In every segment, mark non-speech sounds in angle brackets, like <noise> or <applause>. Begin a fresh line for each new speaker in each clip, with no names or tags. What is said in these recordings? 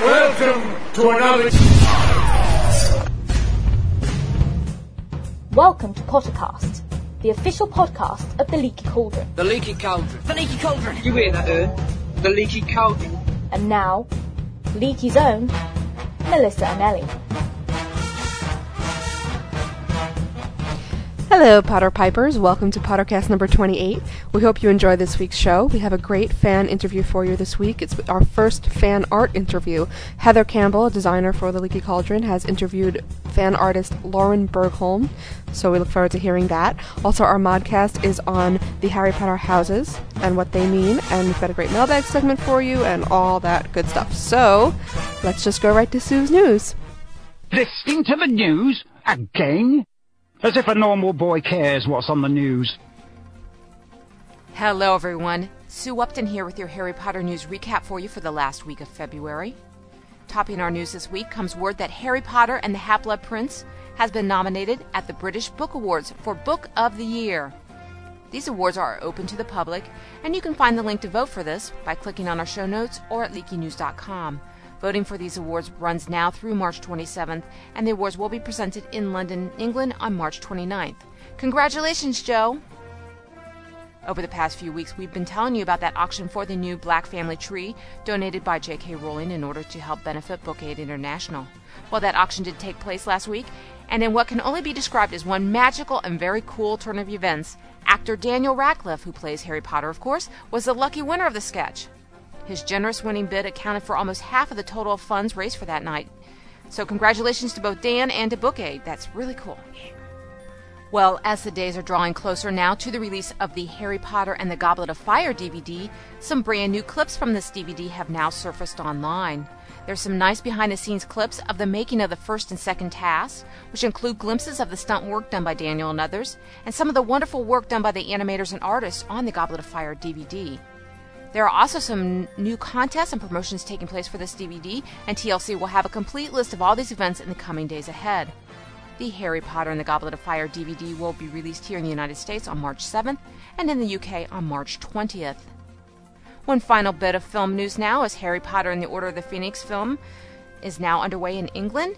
Welcome to another.
Welcome to Pottercast, the official podcast of the Leaky Cauldron.
The leaky cauldron.
The leaky cauldron.
You hear that, Ern? The leaky cauldron.
And now, Leaky's own, Melissa and Ellie.
Hello, Potter Pipers. Welcome to Pottercast number 28. We hope you enjoy this week's show. We have a great fan interview for you this week. It's our first fan art interview. Heather Campbell, a designer for The Leaky Cauldron, has interviewed fan artist Lauren Bergholm, so we look forward to hearing that. Also, our modcast is on the Harry Potter houses and what they mean, and we've got a great mailbag segment for you and all that good stuff. So, let's just go right to Sue's news.
Listening to the news? Again? As if a normal boy cares what's on the news.
Hello, everyone. Sue Upton here with your Harry Potter news recap for you for the last week of February. Topping our news this week comes word that Harry Potter and the Half-Blood Prince has been nominated at the British Book Awards for Book of the Year. These awards are open to the public, and you can find the link to vote for this by clicking on our show notes or at leakynews.com. Voting for these awards runs now through March 27th, and the awards will be presented in London, England on March 29th. Congratulations, Joe! Over the past few weeks, we've been telling you about that auction for the new Black Family Tree donated by J.K. Rowling in order to help benefit Book Aid International. Well, that auction did take place last week, and in what can only be described as one magical and very cool turn of events, actor Daniel Radcliffe, who plays Harry Potter, of course, was the lucky winner of the sketch. His generous winning bid accounted for almost half of the total of funds raised for that night. So, congratulations to both Dan and to Book Aid. That's really cool. Well, as the days are drawing closer now to the release of the Harry Potter and the Goblet of Fire DVD, some brand new clips from this DVD have now surfaced online. There's some nice behind the scenes clips of the making of the first and second tasks, which include glimpses of the stunt work done by Daniel and others, and some of the wonderful work done by the animators and artists on the Goblet of Fire DVD. There are also some n- new contests and promotions taking place for this DVD, and TLC will have a complete list of all these events in the coming days ahead. The Harry Potter and the Goblet of Fire DVD will be released here in the United States on March 7th and in the UK on March 20th. One final bit of film news now is Harry Potter and the Order of the Phoenix film is now underway in England.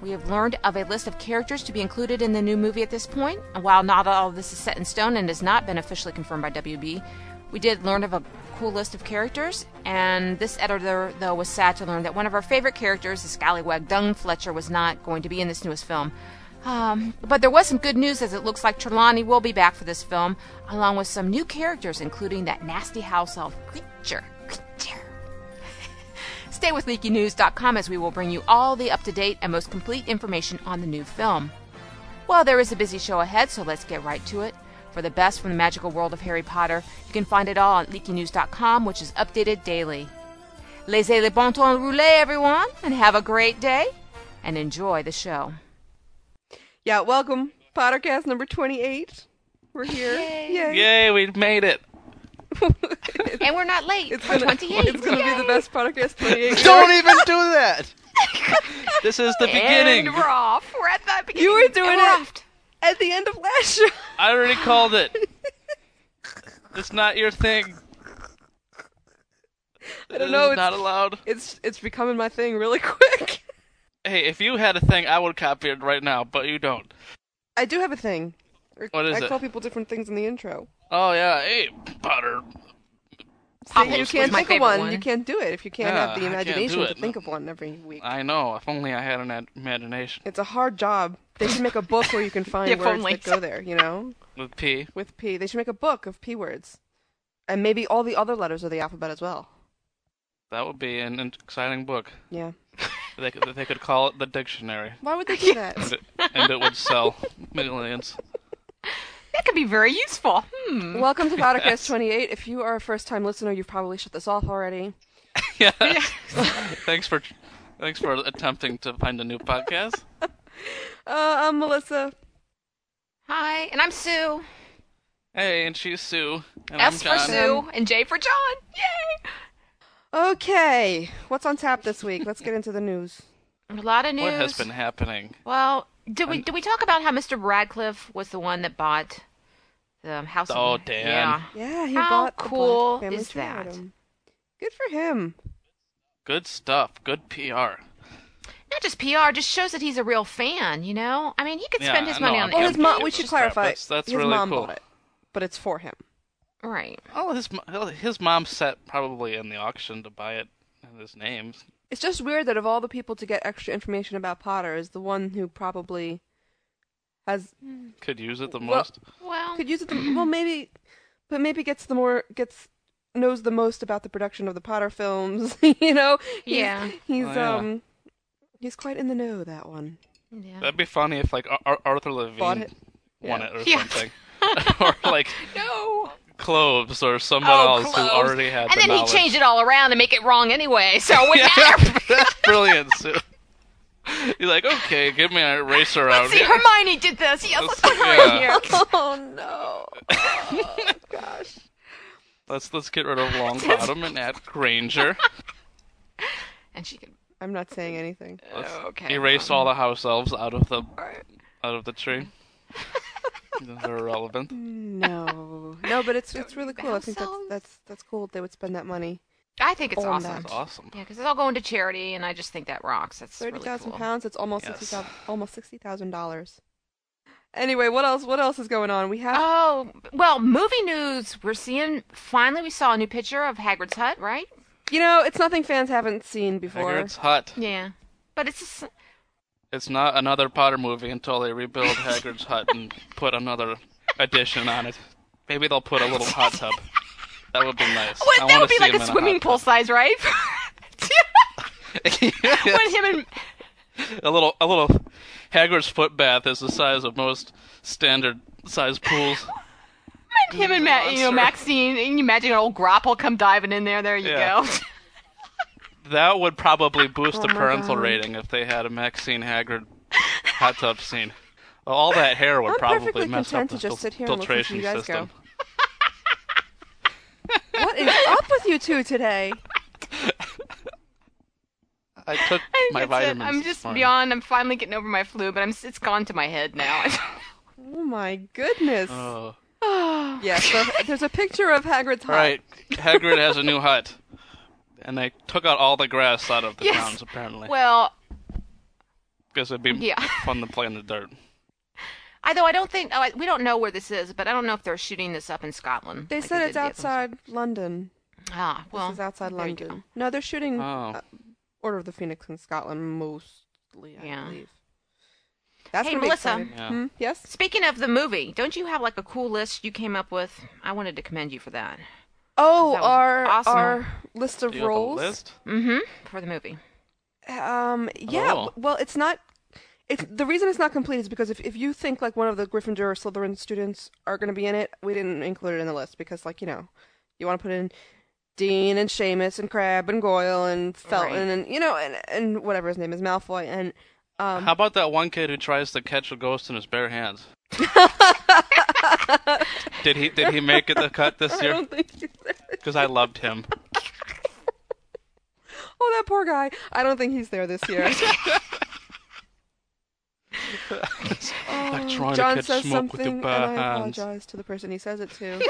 We have learned of a list of characters to be included in the new movie at this point, and while not all of this is set in stone and has not been officially confirmed by WB, we did learn of a cool list of characters, and this editor, though, was sad to learn that one of our favorite characters, the scallywag Dung Fletcher, was not going to be in this newest film.
<laughs>
Um, but there was some good news as it looks like Trelawney will be back for this film, along with some new characters, including that nasty house elf, Creature. Creature. <laughs> Stay with leakynews.com as we will bring you all the up to date and most complete information on the new film. Well, there is a busy show ahead, so let's get right to it. For the best from the magical world of Harry Potter, you can find it all on leakynews.com, which is updated daily. Laissez le bon temps rouler, everyone, and have a great day, and enjoy the show.
Yeah, welcome, Pottercast number 28. We're here. Yay.
Yay, we made it.
And we're not late.
<laughs> It's
We're
gonna, <laughs>
28.
it's gonna be the best Pottercast 28.
Don't even
<laughs>
do that. this is the beginning.
And we're off. We're at the beginning.
You were doing
And we're
it.
off.
At the end of last show.
I already called
<laughs>
it. It's not your thing. I
don't know, it's-
not allowed.
It's it's becoming my thing really <laughs> quick.
Hey, if you had a thing, I would copy it right now, but you don't.
I do have a thing. I-
What is
I
it?
call people different things in the intro.
Oh yeah, hey Potter.
See,
Popples
you
was
can't
my
think of
favorite
one.
one.
You can't do it if you can't
Yeah,
have the
I can't do
imagination to
it.
think of one every week.
I know. If only I had an ad- imagination.
It's a hard job. They should make a book where
<laughs>
you can find
If
words
only.
that go there. You know,
With P.
with P, they should make a book of P words, and maybe all the other letters of the alphabet as well.
That would be an, an exciting book.
Yeah.
<laughs> They could, they could call it the dictionary,
Why would they do that?
and it, and it would sell millions.
<laughs> That could be very useful. Hmm.
Welcome
<laughs>
to Podcast 28. If you are a first time listener, you've probably shut this off already.
Yeah. thanks for thanks for attempting to find a new podcast.
Uh, I'm Melissa.
Hi, and I'm Sue.
Hey, and she's Sue. And
S
I'm
for
John.
Sue and J for John. Yay!
Okay, what's on tap this week? Let's get into the news.
A lot of news.
What has been happening?
Well, did we did we talk about how Mr. Radcliffe was the one that bought the house? of-
Oh, Dan.
Yeah.
Yeah, he
How
bought the Black
cool
Family
is
Tree
that?
item. Good for him.
Good stuff. Good PR.
Not just PR, just shows that he's a real fan, you know? I mean, he could spend
Yeah,
his
no,
money
I'm
on
kidding.
Well,
the
his mom.
Gives
We
a
should
crap.
clarify.
That's- that's
his
really
mom
cool.
bought it, but it's for him.
Right.
Oh, his mo- his mom set probably in the auction to buy it in his name.
It's just weird that of all the people to get extra information about Potter, is the one who probably has
Hmm.
Could use it the
Well-
most.
Well,
could use it. The, well, maybe, but maybe gets the more gets knows the most about the production of the Potter films. <laughs> you know, he's,
Yeah.
he's
Oh, yeah.
um, he's quite in the know that one.
yeah.
That'd be funny if like Ar- Ar- Arthur Levine
Bought it.
won
Yeah.
it or
<laughs> Yeah.
something, <laughs> or like
<laughs> No.
Cloves or someone
Oh,
else
close.
who already had.
And
the
then
knowledge.
he changed it all around to make it wrong anyway, so
<laughs>
it wouldn't
Yeah,
matter.
that's brilliant, Sue. You're like, okay, give me an eraser <laughs> out
See,
here.
Hermione did this. Yes, let's put her in
Yeah.
here.
<laughs> oh
<laughs>
no! Oh,
Let's let's
<laughs>
get rid of Longbottom and add Granger.
And she could.
I'm not saying anything.
Let's
Okay.
erase all the house elves out of the
Alright.
out of
<laughs>
the tree. They're irrelevant.
Mm, No, no, but it's it's really cool. I think that's
Ourselves.
that's that's cool. They would spend that money.
I think it's
Own
awesome.
that.
That's awesome.
Yeah, because it's all going to charity, and I just think that rocks. That's
Thirty
really
thousand
cool.
pounds. It's almost
Yes.
sixty thousand. Almost sixty thousand dollars. Anyway, what else? What else is going on?
<laughs>
We have
Oh well, movie news. We're seeing finally. We saw a new picture of Hagrid's hut, right?
you know, it's nothing fans haven't seen before.
Hagrid's hut.
Yeah, but it's just,
It's not another Potter movie until they rebuild Hagrid's hut and put another addition on it. Maybe they'll put a little hot tub. That would be nice.
Wait, that
I wanna
would be
see
like
him
a
in
swimming
hot
pool size, right? <laughs>
tub. <laughs> Yes.
when him and
a little a little Hagrid's foot bath is the size of most standard size pools.
when him and Ma- you know
Monster.
Maxine, and you imagine an old grapple come diving in there. There you
<laughs>
Yeah.
go.
That would probably boost the
Oh my
parental
God.
rating if they had a Maxine Hagrid hot tub scene. All that hair would
I'm
probably
perfectly
mess up
content
the
to just
fil-
sit here and listen to
filtration
you guys
system.
What is up with you two today?
I
<laughs>
took my
That's it.
vitamins.
I'm
this
just
morning.
beyond. I'm finally getting over my flu, but I'm s- it's gone to my head
<laughs>
now.
Oh my
<sighs>
goodness.
Oh.
Yeah, so there's a picture of Hagrid's
All
hut.
right,
<laughs>
Hagrid has a new hut, and they took out all the grass out of the
Yes.
grounds apparently
well,
because it'd be
Yeah.
fun to play in the dirt.
I though I don't think oh, I, we don't know where this is, but I don't know if they're shooting this up in Scotland.
They
like
said
did
it's
the other-
outside London.
Ah, well,
this is outside
there you
London. No, they're shooting
Oh.
uh, Order of the Phoenix in Scotland mostly, I
Yeah.
believe. That's
Hey,
gonna be
Melissa.
exciting.
Yeah.
Hmm? Yes.
Speaking of the movie, don't you have like a cool list you came up with? I wanted to commend you for that.
Oh,
That was
our
awesome.
our list of
Do you have a
roles.
list?
Mm-hmm. For the movie.
Um, yeah.
Oh.
w- Well, it's not. It's the reason it's not complete is because if, if you think like one of the Gryffindor or Slytherin students are going to be in it, we didn't include it in the list because like you know, you want to put in Dean and Seamus and Crab and Goyle and Felton
Right.
and you know and and whatever his name is Malfoy and um
How about that one kid who tries to catch a ghost in his
<laughs>
bare hands? did he did he make it the cut this
I
year?
don't think he's there.
Because I loved him.
Oh, that poor guy. I don't think he's there this year. Oh,
like trying
John
to catch
says
smoke with
something,
your
and
bare
I
hands.
apologize to the person he says it to.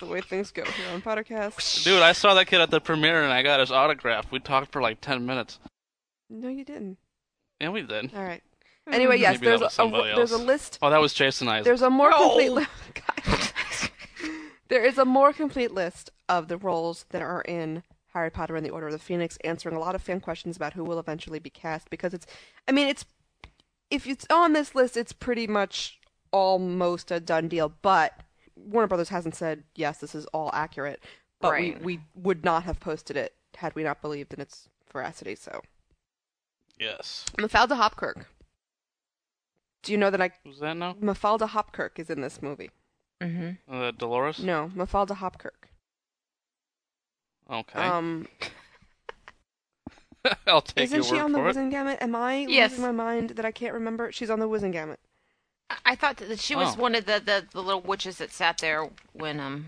the way things go here on Pottercast.
Dude, I saw that kid at the premiere and I got his autograph. We talked for like ten minutes.
No, you didn't.
Yeah, we did.
All right.
Hmm.
Anyway, yes,
Maybe that
there's
was
a,
somebody
a there's a
else.
list.
Oh, that was Jason Isaac.
There's a more
No.
complete <laughs> list. there is a more complete list of the roles that are in Harry Potter and the Order of the Phoenix, answering a lot of fan questions about who will eventually be cast. Because it's, I mean, it's if it's on this list, it's pretty much almost a done deal. But Warner Brothers hasn't said yes, this is all accurate. But
Right.
we, we would not have posted it had we not believed in its veracity. So
Yes.
Mafalda Hopkirk. Do you know that I
Who's that now?
Mafalda Hopkirk is in this movie.
Mm-hmm.
Uh, Dolores?
No, Mafalda Hopkirk.
Okay.
Um,
<laughs> I'll take your
isn't
word
she on the
for it.
Wizengamot? Am I
Yes.
losing my mind that I can't remember? She's on the Wizengamot.
I thought that she was
Oh.
one of the, the, the little witches that sat there when um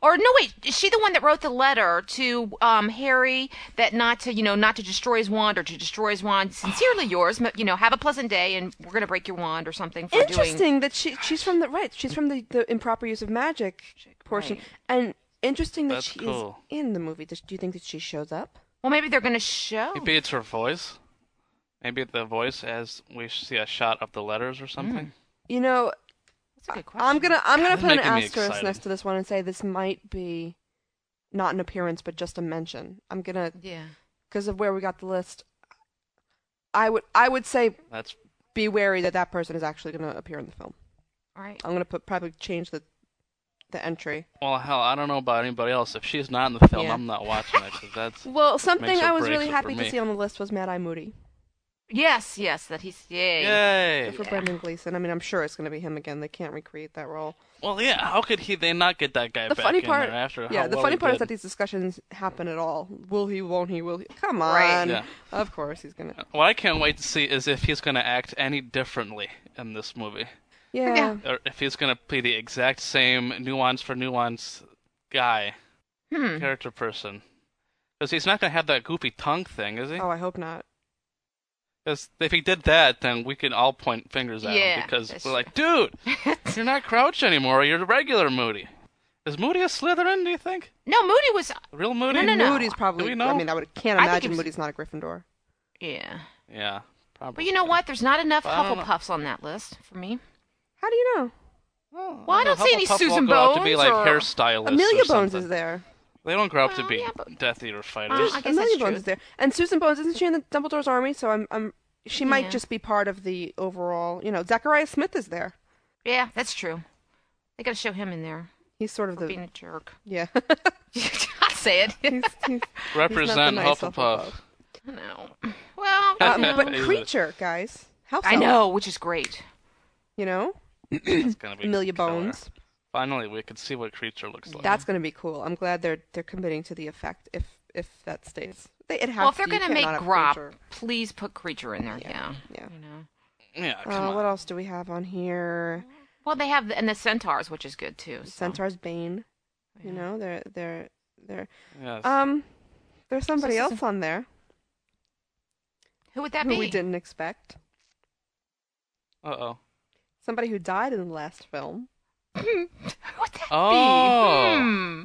or no wait, is she the one that wrote the letter to um Harry that not to you know not to destroy his wand or to destroy his wand?
<sighs>
Sincerely yours, m- you know, have a pleasant day and we're gonna break your wand or something for
Interesting
doing.
that she she's from the right. She's from the, the improper use of magic portion.
right.
And interesting that
That's
she
cool.
is in the movie. Does, do you think that she shows up?
Well, maybe they're going to show.
Maybe it's her voice. Maybe the voice as we see a shot of the letters or something.
You know,
That's a good question.
I'm gonna I'm gonna
That's
put an
making me
asterisk
excited.
next to this one and say this might be not an appearance but just a mention. I'm gonna
Yeah.
because of where we got the list. I would I would say
That's
be wary that that person is actually gonna appear in the film.
All right.
I'm gonna put probably change the the entry.
well, hell, I don't know about anybody else. If she's not in the film,
Yeah.
I'm not watching it. 'cause
<laughs>
that's
Well, something
or
I was
breaks
really
it for
happy to
me.
see on the list was Mad Eye Moody
Yes, yes, that he's yay.
yay.
for Brendan Gleeson. I mean, I'm sure it's gonna be him again. They can't recreate that role.
Well, yeah. How could he? They not get that guy
the
back
funny
in
part,
there after?
yeah,
how
the
well
funny
he
part is
did?
that these discussions happen at all. Will he? Won't he? Will he? Come on.
Right.
Yeah.
Of course he's gonna.
What I can't wait to see is if he's going to act any differently in this movie,
Yeah.
Yeah.
or if he's going to play the exact same nuance for nuance guy,
Hmm.
character person. Because he's not going to have that goopy tongue thing, is he?
Oh, I hope not.
Because if he did that, then we can all point fingers at
Yeah,
him because
that's
we're like, dude,
<laughs>
you're not Crouch anymore. You're the regular Moody. Is Moody a Slytherin? Do you think?
no, Moody was.
Real Moody?
No, no, no.
Moody's probably.
Do we know?
I mean, I would can't
I think it
imagine
was-
Moody's not a Gryffindor.
Yeah.
Yeah, probably.
But you know what? There's not enough
I don't know.
Hufflepuffs on that list for me.
How do you know?
Well,
Well, I don't see any
Oh, Hufflepuff
Susan
will go out to be
Bones
like
or-
hairstylists.
Amelia
or
Bones
something.
is there.
They don't grow up to
Well,
be
yeah, but-
Death Eater
Well,
fighters.
I guess
Amelia
that's
Bones
true.
is there, and Susan Bones isn't she in the Dumbledore's army? So I'm, I'm. She might
Yeah.
just be part of the overall. You know, Zachariah Smith is there.
Yeah, that's true. They gotta show him in there
He's sort of
for
the.
being a
<laughs>
jerk.
Yeah.
I'll say it.
He's-
<laughs>
he's-
Represent
nice
Hufflepuff.
Hufflepuff.
no. Well, you
<laughs>
Um,
Yeah.
know.
but
He's a-
creature guys helps.
I
out,
know, which is great.
You know,
It's gonna be
Amelia
killer.
Bones.
Finally, we could see what creature looks like.
That's going to be cool. I'm glad they're they're committing to the effect. If if that stays, they, it has.
well, if they're
to. You
gonna
can't
make
not have
Grop,
creature.
please put creature in there. Yeah.
yeah.
You know.
yeah. Come
Uh,
on.
what else do we have on here?
Well, they have the, and the centaurs, which is good too. so.
Centaur's Bane. You know, they're they're they're.
Yes.
Um, there's somebody
this is
else on there
Who would that
who
be?
we didn't expect.
Uh oh.
Somebody who died in the last film.
Who would that
Oh.
be? Hmm.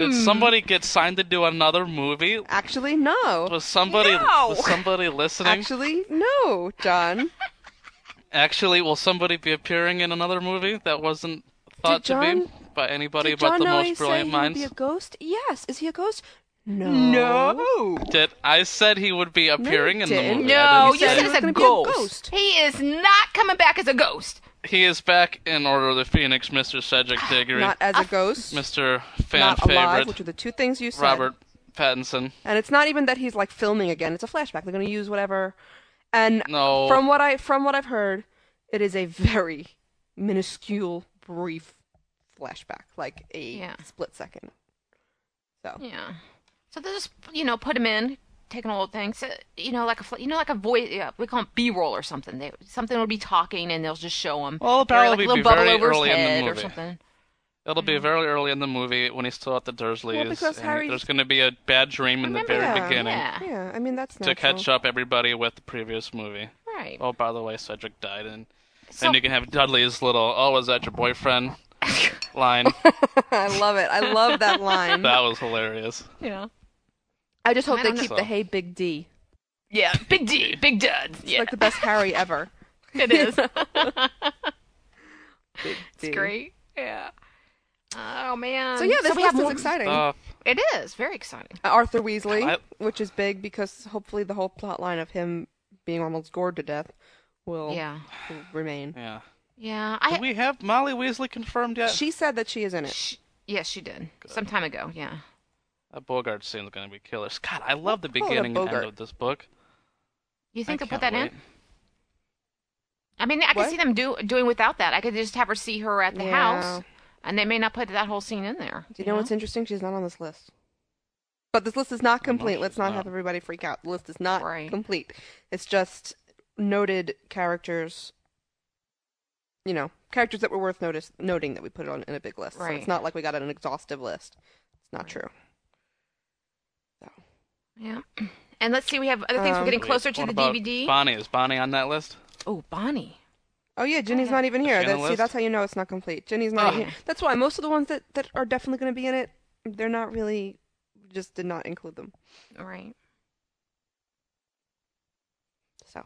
Did somebody get signed to do another movie?
Actually, no.
Was somebody
No.
was somebody listening?
Actually, no, John.
Actually, will somebody be appearing in another movie that wasn't thought
Did
to be by anybody
Did
but
John
the
already
most
say
brilliant
he would
minds? Oh.
be a ghost? Yes. Is he a ghost? No. No.
Did I said he would be appearing in the
didn't.
movie? I
No,
didn't
you
say
said
it.
was
it's a
gonna be
ghost.
a ghost.
He is not coming back as a ghost.
he is back in Order of the Phoenix, Mr. Cedric Diggory,
Ah, Not as a ghost.
Mr. Fan
Not
favorite,
alive, which are the two things you said.
Robert Pattinson.
And it's not even that he's like filming again. It's a flashback. They're going to use whatever. And
No.
from what I from what I've heard, it is a very minuscule, brief flashback, like a
Yeah.
split second. So
Yeah. So they just you know put him in, take an old thing, so, you know like a fl- you know like a voice. Yeah, we call him B roll or something. They something will be talking and they'll just show him.
Well, it'll
Or, like,
probably
a little
be
bubble
very
over his
early in the
head or
movie.
something.
It'll be very early in the movie when he's still at the Dursleys.
Mm. Well, because
and
Harry-
There's going to be a bad dream in the
Remember
very
that,
beginning
yeah.
yeah, I mean that's
to
natural.
catch up everybody with the previous movie.
Right.
Oh, by the way, Cedric died, and
So-
then you can have Dudley's little "Oh, was that
<laughs>
your boyfriend?" line.
<laughs> I love it. I love
<laughs>
that line.
that was hilarious.
yeah.
I just hope
I
they
don't
keep
know.
the "Hey, Big D."
Yeah. Big D.
<laughs>
Big Dud.
It's
Yeah.
like the best Harry ever.
<laughs> it
<laughs>
is.
Big D.
It's great. Yeah. Oh man.
So yeah, this
we
list
have
is
more-
exciting.
Uh,
It is very exciting.
Arthur Weasley,
I-
which is big because hopefully the whole plot line of him being almost gored to death will,
Yeah.
will remain.
yeah.
Yeah. I.
Do we have Molly Weasley confirmed yet?
She said that she is in it.
Sh yes, she did some time ago. Yeah.
That Bogart scene's going to be killer. Scott, I love the
What color
beginning and end
Bogart?
of this book.
You think
I
they'll put that
can't
in? I mean, I could
What?
see them do doing without that. I could just have her see her at the
Yeah.
house, and they may not put that whole scene in there.
Do you know what's interesting? She's not on this list. But this list is not
I know
complete.
she's
Let's not
not.
have everybody freak out. The list is not
Right.
complete. It's just noted characters. You know, characters that were worth notice noting that we put it on in a big list. So
Right.
it's not like we got an exhaustive list. It's not true.
Yeah. <clears throat> And let's see, we have other things.
Um,
We're getting
Wait,
closer to
what
the
about
DVD.
Bonnie is Bonnie on that list?
oh, Bonnie.
Oh yeah, Ginny's not even here.
Is she on
That,
the
see,
list?
that's how you know it's not complete. Ginny's not
Oh.
here. That's why most of the ones that, that are definitely going to be in it, they're not really just did not include them.
All right.
So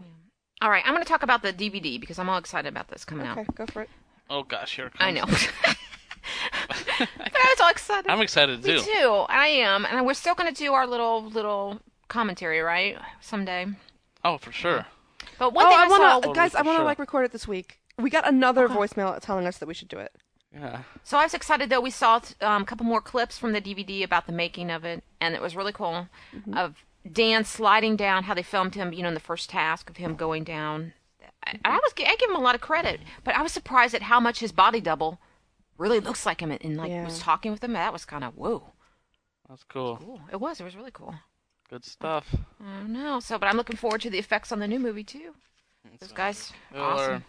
All right. I'm going to talk about the DVD because I'm all excited about this coming
okay,
out.
go for it.
Oh gosh, here it comes.
I
<laughs>
know. <laughs> but I was all excited.
I'm excited
Me
too.
too. I am, and we're still going to do our little little commentary, right? Someday.
<laughs> Oh, for sure.
But one
oh,
thing
I wanna,
saw.
guys, I
for
wanna
sure.
like record it this week. We got another voicemail telling us that we should do it.
Yeah.
So I was excited though. We saw um, a couple more clips from the DVD about the making of it, and it was really cool.
Mm-hmm.
Of Dan sliding down, how they filmed him, you know, in the first task of him going down. I,
Mm-hmm.
I was gi- I give him a lot of credit, but I was surprised at how much his body double really looks like him, and, and like
Yeah.
was talking with him. That was kind of whoa,
That's cool.
cool. It was. It was really cool.
Good stuff.
I don't know. So, but I'm looking forward to the effects on the new movie too. Those guys,
We'll
awesome.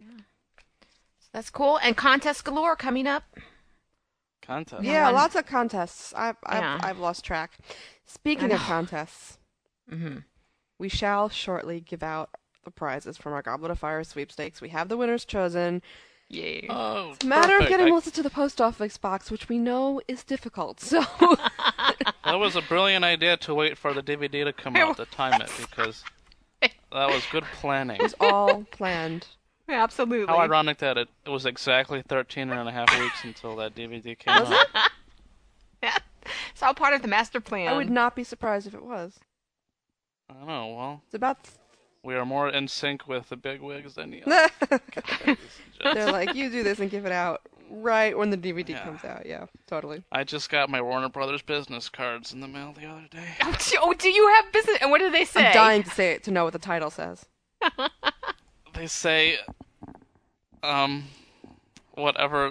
learn.
That's cool. And contest galore coming up.
Contest.
Yeah,
one-
lots of contests. I've I've,
Yeah.
I've lost track. Speaking of
know. Mm-hmm.
contests, we shall shortly give out the prizes from our Goblet of Fire sweepstakes. We have the winners chosen.
Yeah.
Oh,
It's a matter of
perfect.
getting
I-
Melissa to the post office box, which we know is difficult. <laughs> So
<laughs> That was a brilliant idea to wait for the DVD to come out to time it because that was good
<laughs>
planning.
it's all
<laughs>
planned.
Absolutely.
How ironic that it, it was exactly 13 and a half weeks until that DVD came out.
It's all part of the master plan.
I would not be surprised if it was.
I don't know. Well,
It's about.
we are more in sync with the big wigs
<laughs>
than the other.
They're
Just-
like, you do this and give it out right when the DVD
Yeah.
comes out. Yeah, totally.
I just got my Warner Brothers business cards in the mail the other day.
Oh, do, oh, do you have business? And what do they say?
I'm dying to say it to know what the title says.
They say, um, whatever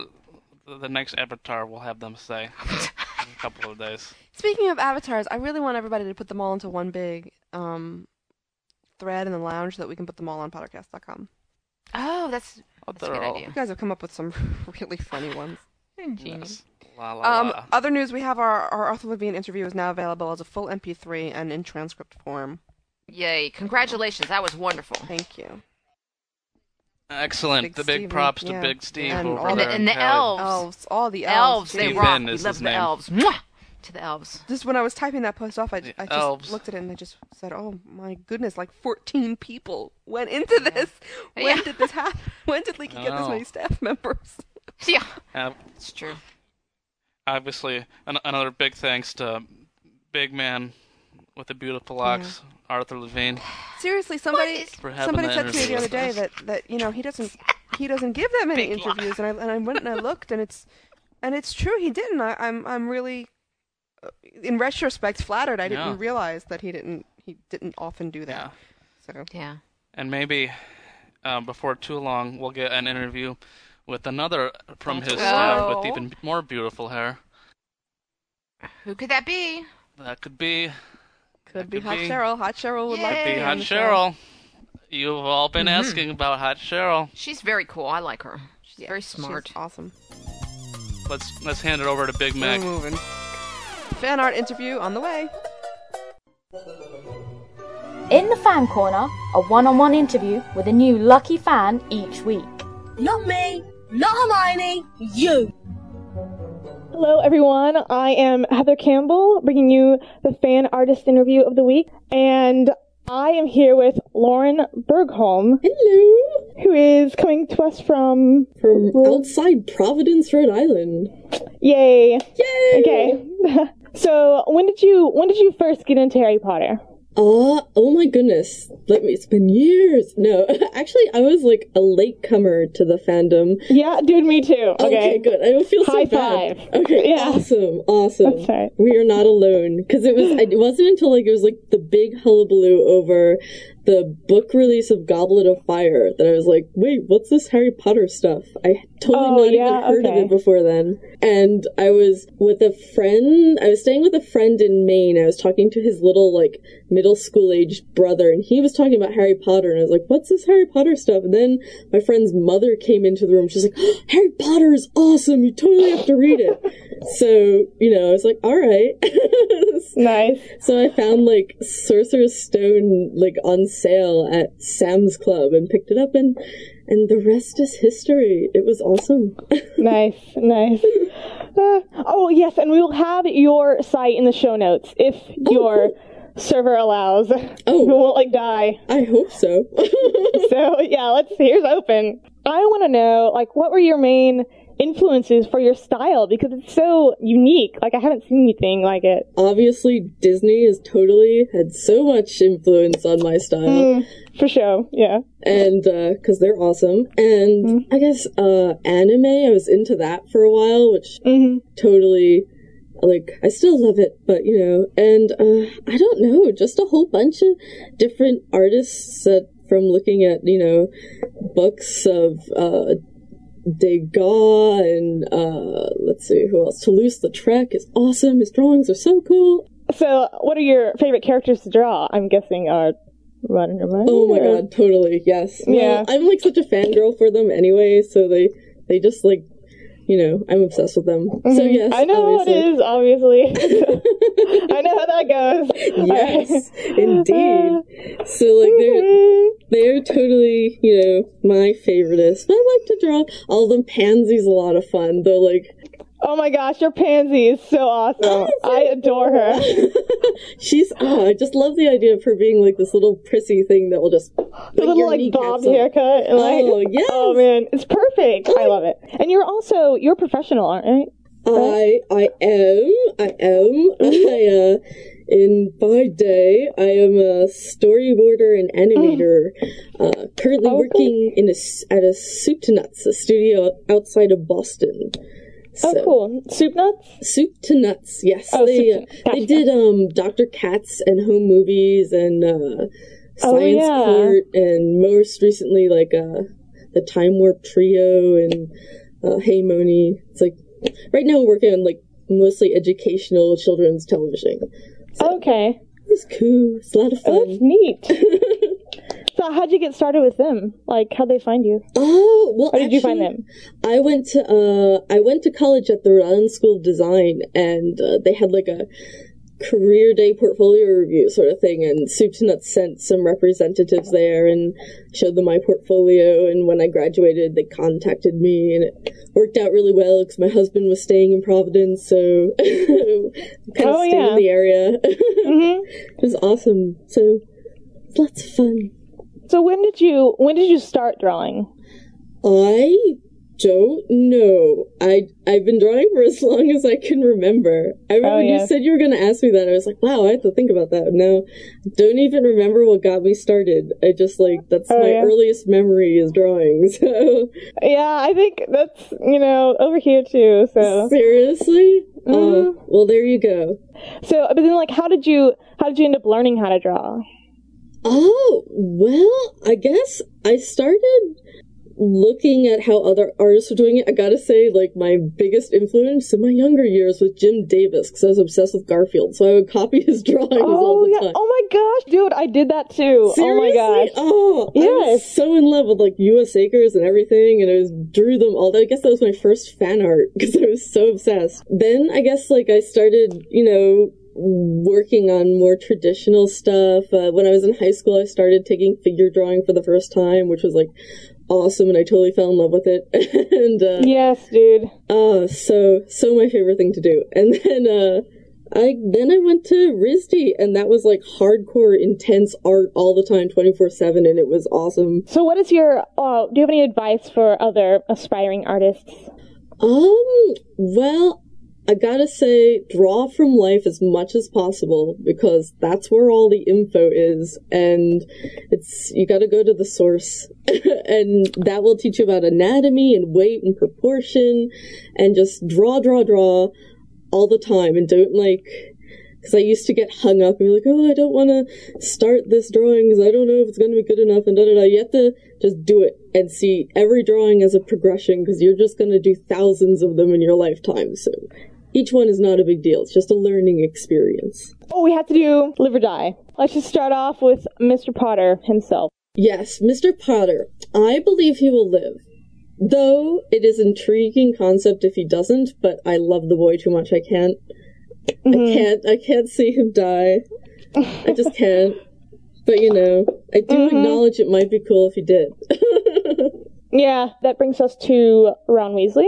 the the next avatar will have them say in a couple of days.
Speaking of avatars, I really want everybody to put them all into one big um, thread in the lounge so that we can put them all on podcast.com.
Oh, that's,
Oh,
that's a good
they're all-
You
idea.
guys have come up with some <laughs> really funny ones.
Ingenious.
Yes. La la
Um,
la.
other news, we have our, our Arthur Levine interview is now available as a full MP3 and in transcript form.
Yay. Congratulations. That was wonderful.
Thank you.
Excellent.
Big
the big
Steven,
props to
yeah.
Big Steve
And
over
all
And
there.
the,
Very
in
and the
Cali.
elves.
Elves, all the
Elves.
elves.
They
Steve
rock.
Vinn
We
is
love
his
the
name.
elves. Mwah! To the elves.
Just when I was typing that post off, I,
The
I just
elves.
looked at it and I just said, "Oh my goodness! Like 14 people went into this. When
Yeah. Oh.
did this happen? <laughs> When did Leaky get this
know.
many staff members?"
<laughs> Yeah.
And
It's true.
obviously, an- another big thanks to big man with the beautiful locks, Arthur Levine.
Seriously, somebody
is-
For having
somebody
the
said to me the
interview
other day
with us.
that, that you know he doesn't he doesn't give them any interviews, and I and I went and I looked, and it's and it's true he didn't. I, I'm I'm really uh, in retrospect flattered. I didn't
Yeah.
realize that he didn't he didn't often do that. So
Yeah.
And maybe um, before too long, we'll get an interview with another from his staff with
Oh.
even more beautiful hair.
Who could that be?
That could be,
could
That
be
could
hot
be.
Cheryl. Hot Cheryl would like
could
to
be
be
Hot
on the show.
Cheryl. You've all been
Mm-hmm.
asking about Hot Cheryl.
She's very cool. I like her. She's
Yeah,
very
she's
smart.
awesome.
Let's let's hand it over to Big Mac.
We're moving. Fan art interview on the way.
In the fan corner, a one-on-one interview with a new lucky fan each week.
Not me, not Hermione, you.
Hello, everyone. I am Heather Campbell, bringing you the fan artist interview of the week. And I am here with Lauren Bergholm. Hello. Who is coming to us from.
from outside Providence, Rhode Island.
Yay.
Yay!
Okay. <laughs> so, when did you when did you first get into Harry Potter?
Uh, oh my goodness. Like, it's been years. No, <laughs> actually, I was like a latecomer to the fandom.
Yeah, dude, me too. Okay.
good. I don't feel
High
so bad.
five.
Okay,
Yeah.
awesome, awesome.
That's right.
We are not alone because it was. It wasn't until like it was like the big hullabaloo over the book release of Goblet of Fire that I was like, wait, what's this Harry Potter stuff? I totally
Oh,
not even
yeah,
heard
okay.
of it before then. And I was with a friend. I was staying with a friend in Maine. I was talking to his little like middle school aged brother, and he was talking about Harry Potter, and I was like, what's this Harry Potter stuff? And then my friend's mother came into the room. She's like, "Oh, Harry Potter is awesome. You totally have to read it. so you know, I was like, all right. <laughs>
Nice.
So I found like Sorcerer's Stone like on sale at Sam's Club and picked it up and and the rest is history. It was awesome.
<laughs> nice, nice. Uh, oh yes, and we will have your site in the show notes if your server allows. <laughs>
Oh.
we won't like die.
I hope so.
<laughs> So yeah, let's here's open. I want to know like what were your main influences for your style because it's so unique. Like I haven't seen anything like it.
Obviously, Disney has totally had so much influence on my style.
Mm, For sure, yeah. Mm.
and because they're awesome. And I guess uh, anime, I was into that for a while, which
Mm-hmm.
totally like I still love it, but you know, and uh, I don't know, just a whole bunch of different artists that from looking at you know books of. Uh, Degas and uh, let's see who else. Toulouse-Lautrec is awesome. His drawings are so cool.
So what are your favorite characters to draw? I'm guessing are Run Hermione.
Oh my
or-
god, totally. Yes.
Yeah.
Well, I'm like such a fangirl for them anyway, so they they just like you know, I'm obsessed with them. So yes,
Mm-hmm. I know how it
obviously.
is, obviously.
<laughs>
I know how that goes. <laughs>
Yes, indeed. So like they're
Mm-hmm.
they're totally, you know, my favoriteist. But I like to draw all them pansies a lot of fun. They're like
Oh my gosh, your pansy is so awesome. I adore her.
<laughs> she's oh, I just love the idea of her being like this little prissy thing that will just
The little like bobbed haircut. And, like,
Oh, yes.
oh man, it's perfect. I love it. And you're also you're a professional, aren't you?
I I am I am <laughs> I uh in by day I am a storyboarder and animator, uh,
Oh,
currently working in a s at a Soup to Nuts, a studio outside of Boston.
Oh,
So-
cool. Soup nuts.
Soup to Nuts, yes.
Oh,
they
Soup to-
uh, they did um Doctor Katz and home movies and uh,
Oh,
Science
yeah.
Court and most recently like uh the Time Warp Trio and uh, Hey Moni. It's like right now we're working on like mostly educational children's television.
Okay,
It was cool. It's a lot of
Oh,
fun.
that's
<laughs>
neat. so how'd you get started with them? Like how'd they find you?
Oh well,
How did you find
actually,
them?
I went to uh, I went to college at the Rhode Island School of Design, and uh, they had like a career day portfolio review sort of thing. And Soup to Nuts sent some representatives there and showed them my portfolio. And when I graduated, they contacted me, and it worked out really well because my husband was staying in Providence, so <laughs> kind of
Oh,
stayed
yeah. Mm-hmm.
in the area. <laughs> It was awesome. So lots of fun.
So when did you when did you start drawing?
I don't know. I I've been drawing for as <laughs> long as I can remember. I remember
Oh, yeah.
you said you were going to ask me that. I was like, wow, I have to think about that. No, don't even remember what got me started. I just like that's
Oh,
my
yeah.
earliest memory is drawing. <laughs> So
Yeah, I think that's you know over here too. So Mm-hmm.
seriously, oh, well there you go.
so, but then like, how did you how did you end up learning how to draw?
Oh, well, I guess I started looking at how other artists were doing it. I gotta say, like, my biggest influence in my younger years was Jim Davis, because I was obsessed with Garfield, so I would copy <laughs> his drawings all
Oh
the
yeah!
time.
Oh my gosh, dude, I did that too.
Seriously?
Oh my gosh!
Oh, I was
Yes.
so in love with like U.S. Acres and everything, and I was drew them all. I guess that was my first fan art <laughs> because I was so obsessed. Then I guess like I started, you know, working on more traditional stuff. Uh, when I was in high school, I started taking figure drawing for the first time, which was like awesome, and I totally fell in love with it. <laughs> and uh,
Yes, dude.
uh, so so my favorite thing to do. <laughs> And then uh I then I went to RISD and that was like hardcore intense art all the time 24/7 and it was awesome.
So, what is your? Uh, do you have any advice for other aspiring artists?
Um well I gotta say, draw from life as much as possible because that's where all the info is, and it's you gotta go to the source, <laughs> and that will teach you about anatomy and weight and proportion, and just draw, draw, draw all the time, and don't like because I used to get hung up and be like, oh, I don't want to start this drawing because I don't know if it's going to be good enough, and da da da. You have to just do it and see every drawing as a progression because you're just going to do thousands of them in your lifetime. So each one is not a big deal, it's just a learning experience.
Oh, we have to do live or die. Let's just start off with Mr. Potter himself.
Yes, Mr. Potter, I believe he will live. Though it is intriguing concept if he doesn't, but I love the boy too much. I can't, I can't, I can't see him die. I just can't. But you know, I do acknowledge it might be cool if he did.
Yeah, that brings us to Ron Weasley.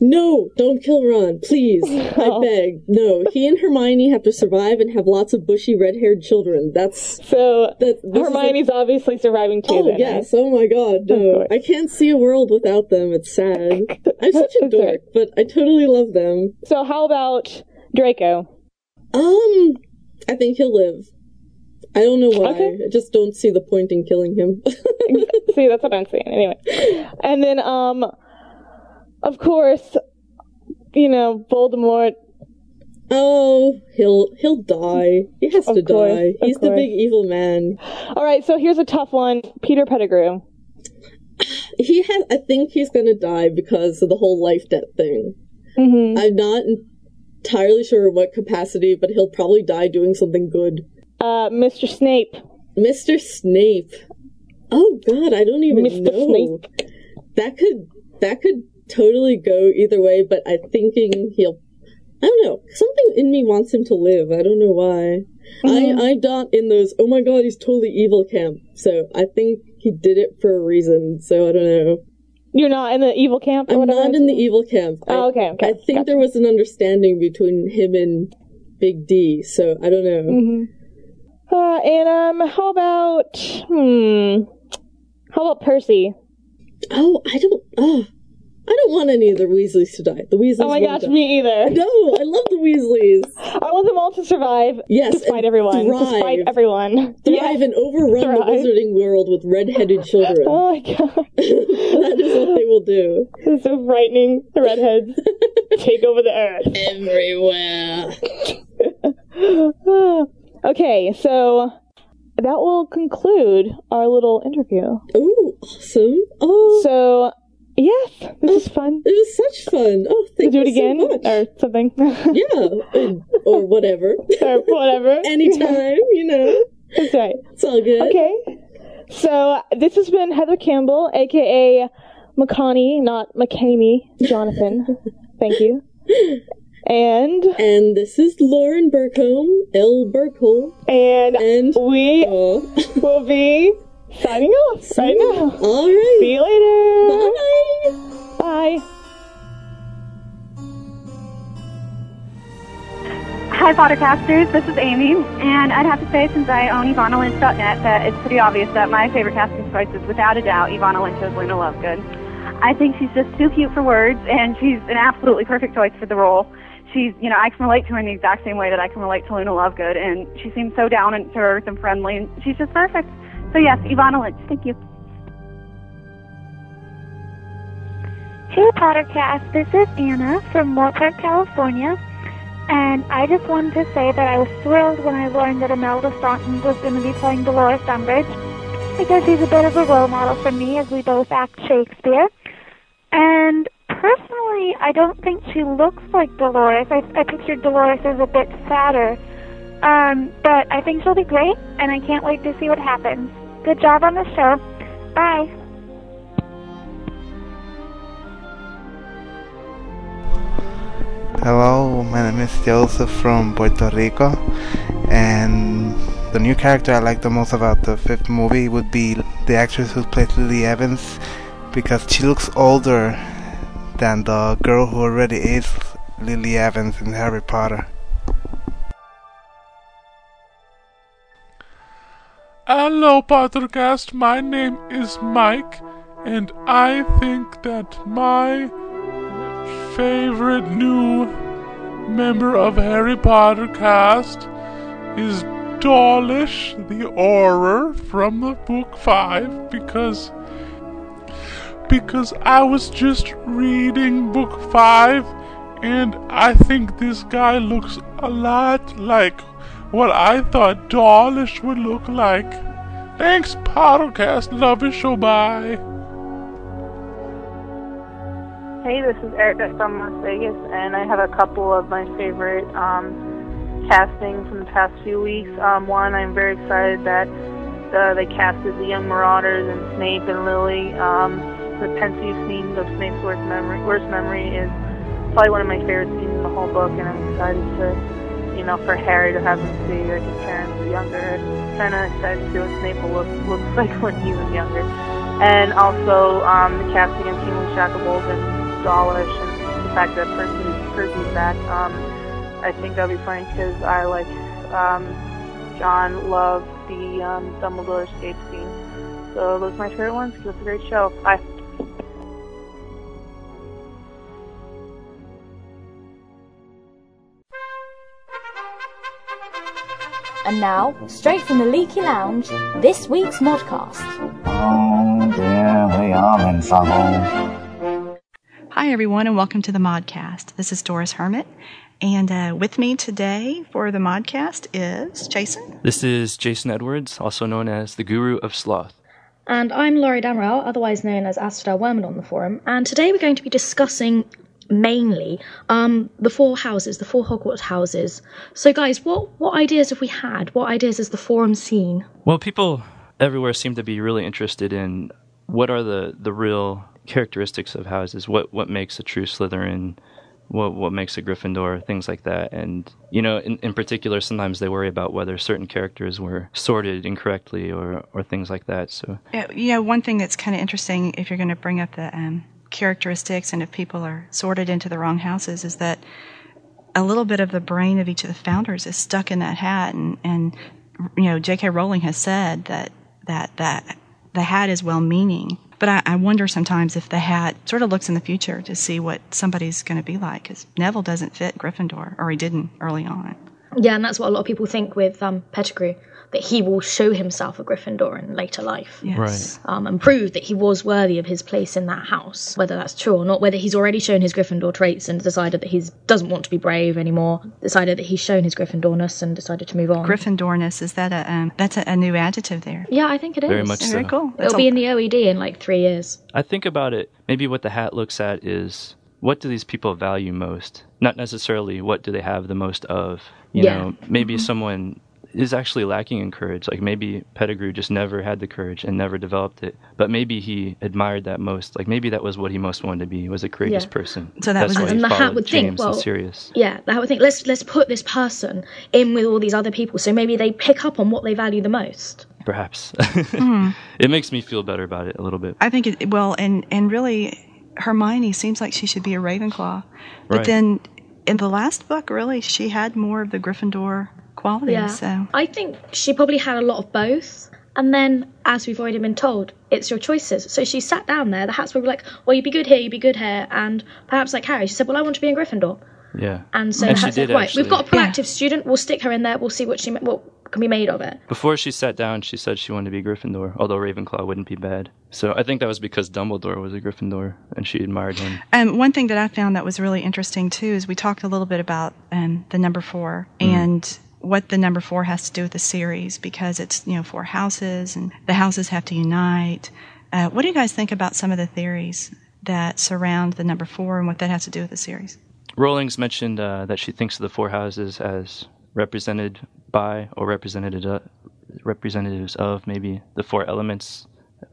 No, don't kill Ron, please. I beg. No, he and Hermione have to survive and have lots of bushy red-haired children. That's
So
that. this is a-
Hermione's obviously surviving too.
Oh
then,
yes! Oh my God! No,
course.
I can't see a world without them. It's sad. I'm such a
<laughs> That's right.
dork, but I totally love them.
right? So how about Draco?
Um, I think he'll live. I don't know why.
Okay.
I just don't see the point in killing him.
<laughs>
<laughs>
See, that's what I'm saying. Anyway, and then um, of course, you know Voldemort.
oh, he'll he'll die. He has
Of
to
course,
die.
of
He's the
course.
big e-, evil man.
All right, so here's a tough one: Peter Pettigrew.
He has. I think he's gonna die because of the whole life debt thing.
Mm-hmm.
I'm not entirely sure in what capacity, but he'll probably die doing something good.
Uh, Mr. Snape.
Mr. Snape. Oh God, I don't even
Mr.
know. That could that could totally go either way, but I'm thinking he'll. I don't know. Something in me wants him to live. I don't know why.
Mm-hmm.
I I'm not in those. Oh my God, he's totally evil camp. So I think he did it for a reason. So I don't know.
You're not in the evil camp. Or
I'm
whatever?
not in the evil camp. I-
Oh, okay, okay.
I think there was an understanding between him and Big D. So I don't know.
Mm-hmm. Uh, and um, how about hmm? How about Percy?
Oh, I don't. Oh, I don't want any of the Weasleys to die. The Weasleys.
Oh my
won't
gosh,
die.
me either.
<laughs> No, I love the Weasleys.
I want them all to survive.
Yes,
despite
and
everyone.
thrive.
Despite everyone.
Thrive and overrun
Thrive.
the wizarding world with red-headed children.
<laughs> Oh my god,
<laughs> That is what they will
<laughs>
do.
this is so frightening. The redheads take over <laughs> the earth.
Everywhere.
<laughs> okay, so that will conclude our little interview.
Oh, awesome. Oh,
So, yes, this is fun.
it was such fun. Oh,
To
thank
do
you
it again
so much.
or something, <laughs>
yeah, Oh, and- or whatever.
or
<laughs>
whatever.
Anytime, you know.
That's right.
It's all good.
Okay. So this has been Heather Campbell, aka McConaughey, not McCamey,
<laughs>
Jonathan. Thank you. And
And this is Lauren Burkholm, L. Burkholm,
and
and
we
oh,
will be signing off right now.
all right.
See you later.
Bye.
Bye.
Hi, Pottercasters. This is Amy, and I'd have to say, since I own IvonnaLynch.net, that it's pretty obvious that my favorite casting choice is, without a doubt, Ivana Lynch as Luna Lovegood. I think she's just too cute for words, and she's an absolutely perfect choice for the role. She's, you know, I can relate to her in the exact same way that I can relate to Luna Lovegood, and she seems so down and to earth and friendly, and she's just perfect. So yes, Ivana Lynch. Thank you.
Hey Pottercast, this is Anna from Moorpark, California, and I just wanted to say that I was thrilled when I learned that Imelda Staunton was going to be playing Dolores Umbridge because she's a bit of a role model for me as we both act Shakespeare. And personally, I don't think she looks like Dolores. I, I pictured Dolores as a bit fatter, um, but I think she'll be great, and I can't wait to see what happens. Good job on the show. Bye.
Hello, my name is Joseph from Puerto Rico, and the new character I like the most about the fifth movie would be the actress who plays Lily Evans because she looks older than the girl who already is Lily Evans in Harry Potter. Hello, Pottercast. My name is Mike, and I think that my favorite new member of Harry Potter cast is Dawlish the Auror from the book 5 because because I was just reading book 5 and I think this guy looks a lot like what I thought Dawlish would look like. Thanks, Pottercast. Love your show. Bye.
Hey, this is Erica from Las Vegas, and I have a couple of my favorite um, casting from the past few weeks. Um, one, I'm very excited that uh, they casted the Young Marauders and Snape and Lily. Um, the pensive scene of Snape's worst memory, worst memory is probably one of my favorite scenes in the whole book, and I'm excited to, you know, for Harry to have him see
<laughs>
like his parents were younger. Kind of excited to see what Snape will look, looks like when he was younger.
and also um, the casting of King Shacklebolt and Dawlish, and the fact that Percy Percy's back. Um, I think that'll be funny because I like um, John loved the um, Dumbledore escape scene. So those are my favorite ones 'cause it's a great show. Bye.
And now, straight from the Leaky Lounge, this week's modcast.
Oh dear, we are in trouble.
Hi, everyone, and welcome to the Modcast. This is Doris Hermit, and uh, with me today for the Modcast is Jason.
This is Jason Edwards, also known as the Guru of Sloth.
And I'm Laurie Damrell, otherwise known as Astral Worman on the forum. And today we're going to be discussing mainly um, the four houses, the four Hogwarts houses. So, guys, what, what ideas have we had? What ideas has the forum seen?
Well, people everywhere seem to be really interested in what are the, the real characteristics of houses, what what makes a true Slytherin, what what makes a Gryffindor, things like that. And you know, in, in particular, sometimes they worry about whether certain characters were sorted incorrectly or or things like that. So
Yeah, you know, one thing that's kind of interesting if you're going to bring up the um, characteristics and if people are sorted into the wrong houses is that a little bit of the brain of each of the founders is stuck in that hat, and and you know, J.K. Rowling has said that that that the hat is well-meaning. But I, I wonder sometimes if the hat sort of looks in the future to see what somebody's going to be like, because Neville doesn't fit Gryffindor, or he didn't early on.
Yeah, and that's what a lot of people think with um, Pettigrew, that he will show himself a Gryffindor in later life.
Yes.
Um, and prove that he was worthy of his place in that house, whether that's true or not, whether he's already shown his Gryffindor traits and decided that he doesn't want to be brave anymore, decided that he's shown his Gryffindorness and decided to move on.
Gryffindorness is that a um, that's a, a new adjective there?
yeah, I think it is.
Very much Very so. cool. That's
It'll be in the OED in like three years.
I think about it. Maybe what the hat looks at is what do these people value most, not necessarily what do they have the most of. You
Yeah.
know,
Mm-hmm.
maybe someone is actually lacking in courage. Like maybe Pettigrew just never had the courage and never developed it. But maybe he admired that most. Like maybe that was what he most wanted to be. Was a courageous
Yeah.
person.
So that
That's
was
why
his-
he
And the hat
followed
would think,
James
well,
and Sirius.
Yeah, that would think let's let's put this person in with all these other people, so maybe they pick up on what they value the most.
Perhaps <laughs>
Hmm.
it makes me feel better about it a little bit.
I think it well, and and really, Hermione seems like she should be a Ravenclaw, but
Right.
then in the last book, really, she had more of the Gryffindor qualities.
Yeah,
So
I think she probably had a lot of both. And then, as we've already been told, it's your choices. So she sat down there. The hats were like, "Well, you'd be good here, you'd be good here," and perhaps like Harry, she said, "Well, I want to be in Gryffindor."
Yeah.
And so
And
the
she
hats
did
like, right,
actually.
we've got a proactive student. We'll stick her in there. We'll see what she ma- what can be made of it.
Before she sat down, she said she wanted to be Gryffindor, although Ravenclaw wouldn't be bad. So I think that was because Dumbledore was a Gryffindor and she admired him.
Um, one thing that I found that was really interesting too is we talked a little bit about um, the number four
Mhm.
and what the number four has to do with the series because it's you know four houses and the houses have to unite. Uh, what do you guys think about some of the theories that surround the number four and what that has to do with the series?
Rowling's mentioned uh, that she thinks of the four houses as represented by or represented, uh, representatives of maybe the four elements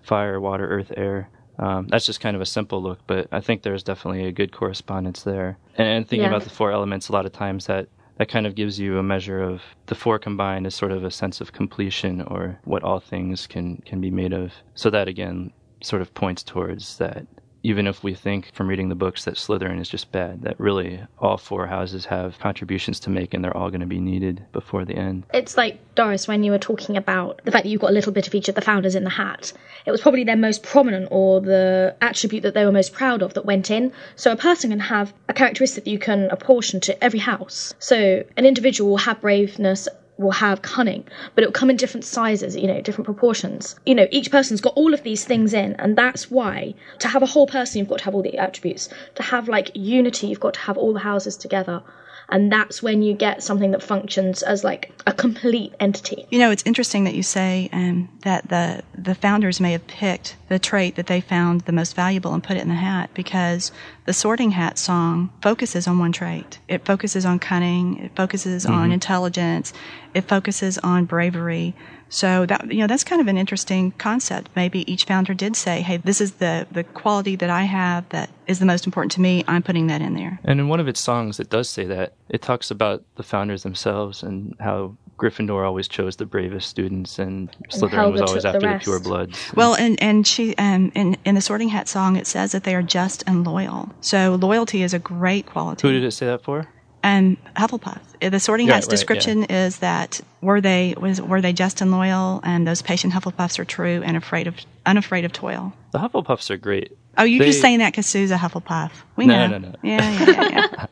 fire, water, earth, air. Um, that's just kind of a simple look, but I think there's definitely a good correspondence there. And, and thinking
Yeah.
about the four elements, a lot of times that, that kind of gives you a measure of the four combined as sort of a sense of completion or what all things can, can be made of. So that again sort of points towards that. Even if we think from reading the books that Slytherin is just bad, that really all four houses have contributions to make and they're all going to be needed before the end.
It's like Doris when you were talking about the fact that you've got a little bit of each of the founders in the hat. It was probably their most prominent or the attribute that they were most proud of that went in. So a person can have a characteristic that you can apportion to every house. So an individual will have braveness will have cunning, but it'll come in different sizes, you know, different proportions. You know, each person's got all of these things in, and that's why to have a whole person, you've got to have all the attributes. To have like unity, you've got to have all the houses together, and that's when you get something that functions as like a complete entity.
You know, it's interesting that you say um, that the the founders may have picked the trait that they found the most valuable and put it in the hat because the Sorting Hat song focuses on one trait. It focuses on cunning. It focuses on
Mhm.
intelligence. It focuses on bravery. So that you know, that's kind of an interesting concept. Maybe each founder did say, "Hey, this is the the quality that I have that is the most important to me. I'm putting that in there."
And in one of its songs, it does say that. It talks about the founders themselves and how Gryffindor always chose the bravest students, and Slytherin
Helga
was
took
always
the
after the,
rest.
pure bloods.
Well, and and she um in in the Sorting Hat song it says that they are just and loyal. So loyalty is a great quality.
Who did it say that for?
And Hufflepuff. The Sorting
Yeah,
Hat's
right, yeah.
description is that were they was were they just and loyal, and those patient Hufflepuffs are true and afraid of unafraid of toil.
The Hufflepuffs are great.
Oh, you're just
They-
saying that because Sue's a Hufflepuff. We
No,
know.
no, no.
Yeah, yeah, yeah. yeah.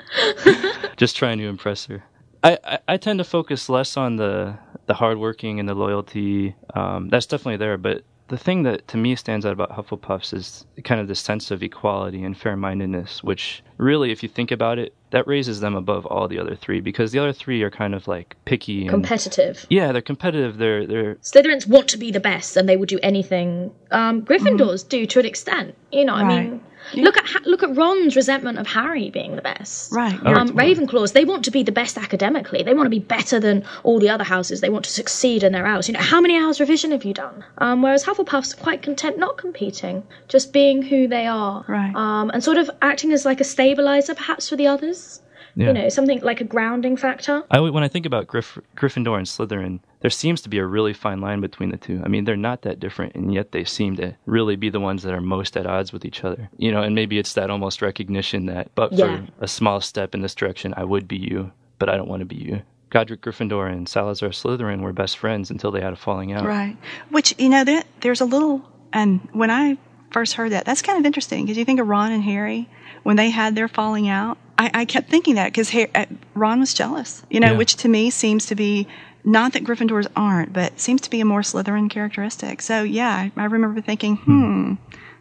just trying to impress her. I, I, I tend to focus less on the the hardworking and the loyalty. Um, that's definitely there, but the thing that to me stands out about Hufflepuffs is kind of the sense of equality and fair mindedness, which really, if you think about it, that raises them above all the other three because the other three are kind of like picky and
Competitive.
Yeah, they're competitive. They're they're
Slytherins want to be the best, and they will do anything. Um,
Mm-hmm.
Gryffindors do to an extent. You know, I mean, look at Ha- look at Ron's resentment of Harry being the best.
Right.
Oh,
um, Ravenclaws they want to be the best academically. They want to be better than all the other houses. They want to succeed in their house. You know, how many hours revision have you done? Um, whereas Hufflepuffs are quite content not competing, just being who they are.
Right.
Um, and sort of acting as like a stabilizer, perhaps for the others.
Yeah.
You know, something like a grounding factor.
I would- when I think about Gryff- Gryffindor and Slytherin, there seems to be a really fine line between the two. I mean, they're not that different, and yet they seem to really be the ones that are most at odds with each other. You know, and maybe it's that almost recognition that, but
Yeah.
for a small step in this direction, I would be you, but I don't want to be you. Godric Gryffindor and Salazar Slytherin were best friends until they had a falling out.
Right. Which, you know, that there's a little, and when I first heard that, that's kind of interesting because you think of Ron and Harry when they had their falling out. I, I kept thinking that because uh, Ron was jealous, you know,
Yeah.
which to me seems to be not that Gryffindors aren't, but seems to be a more Slytherin characteristic. So, yeah, I, I remember thinking, hmm,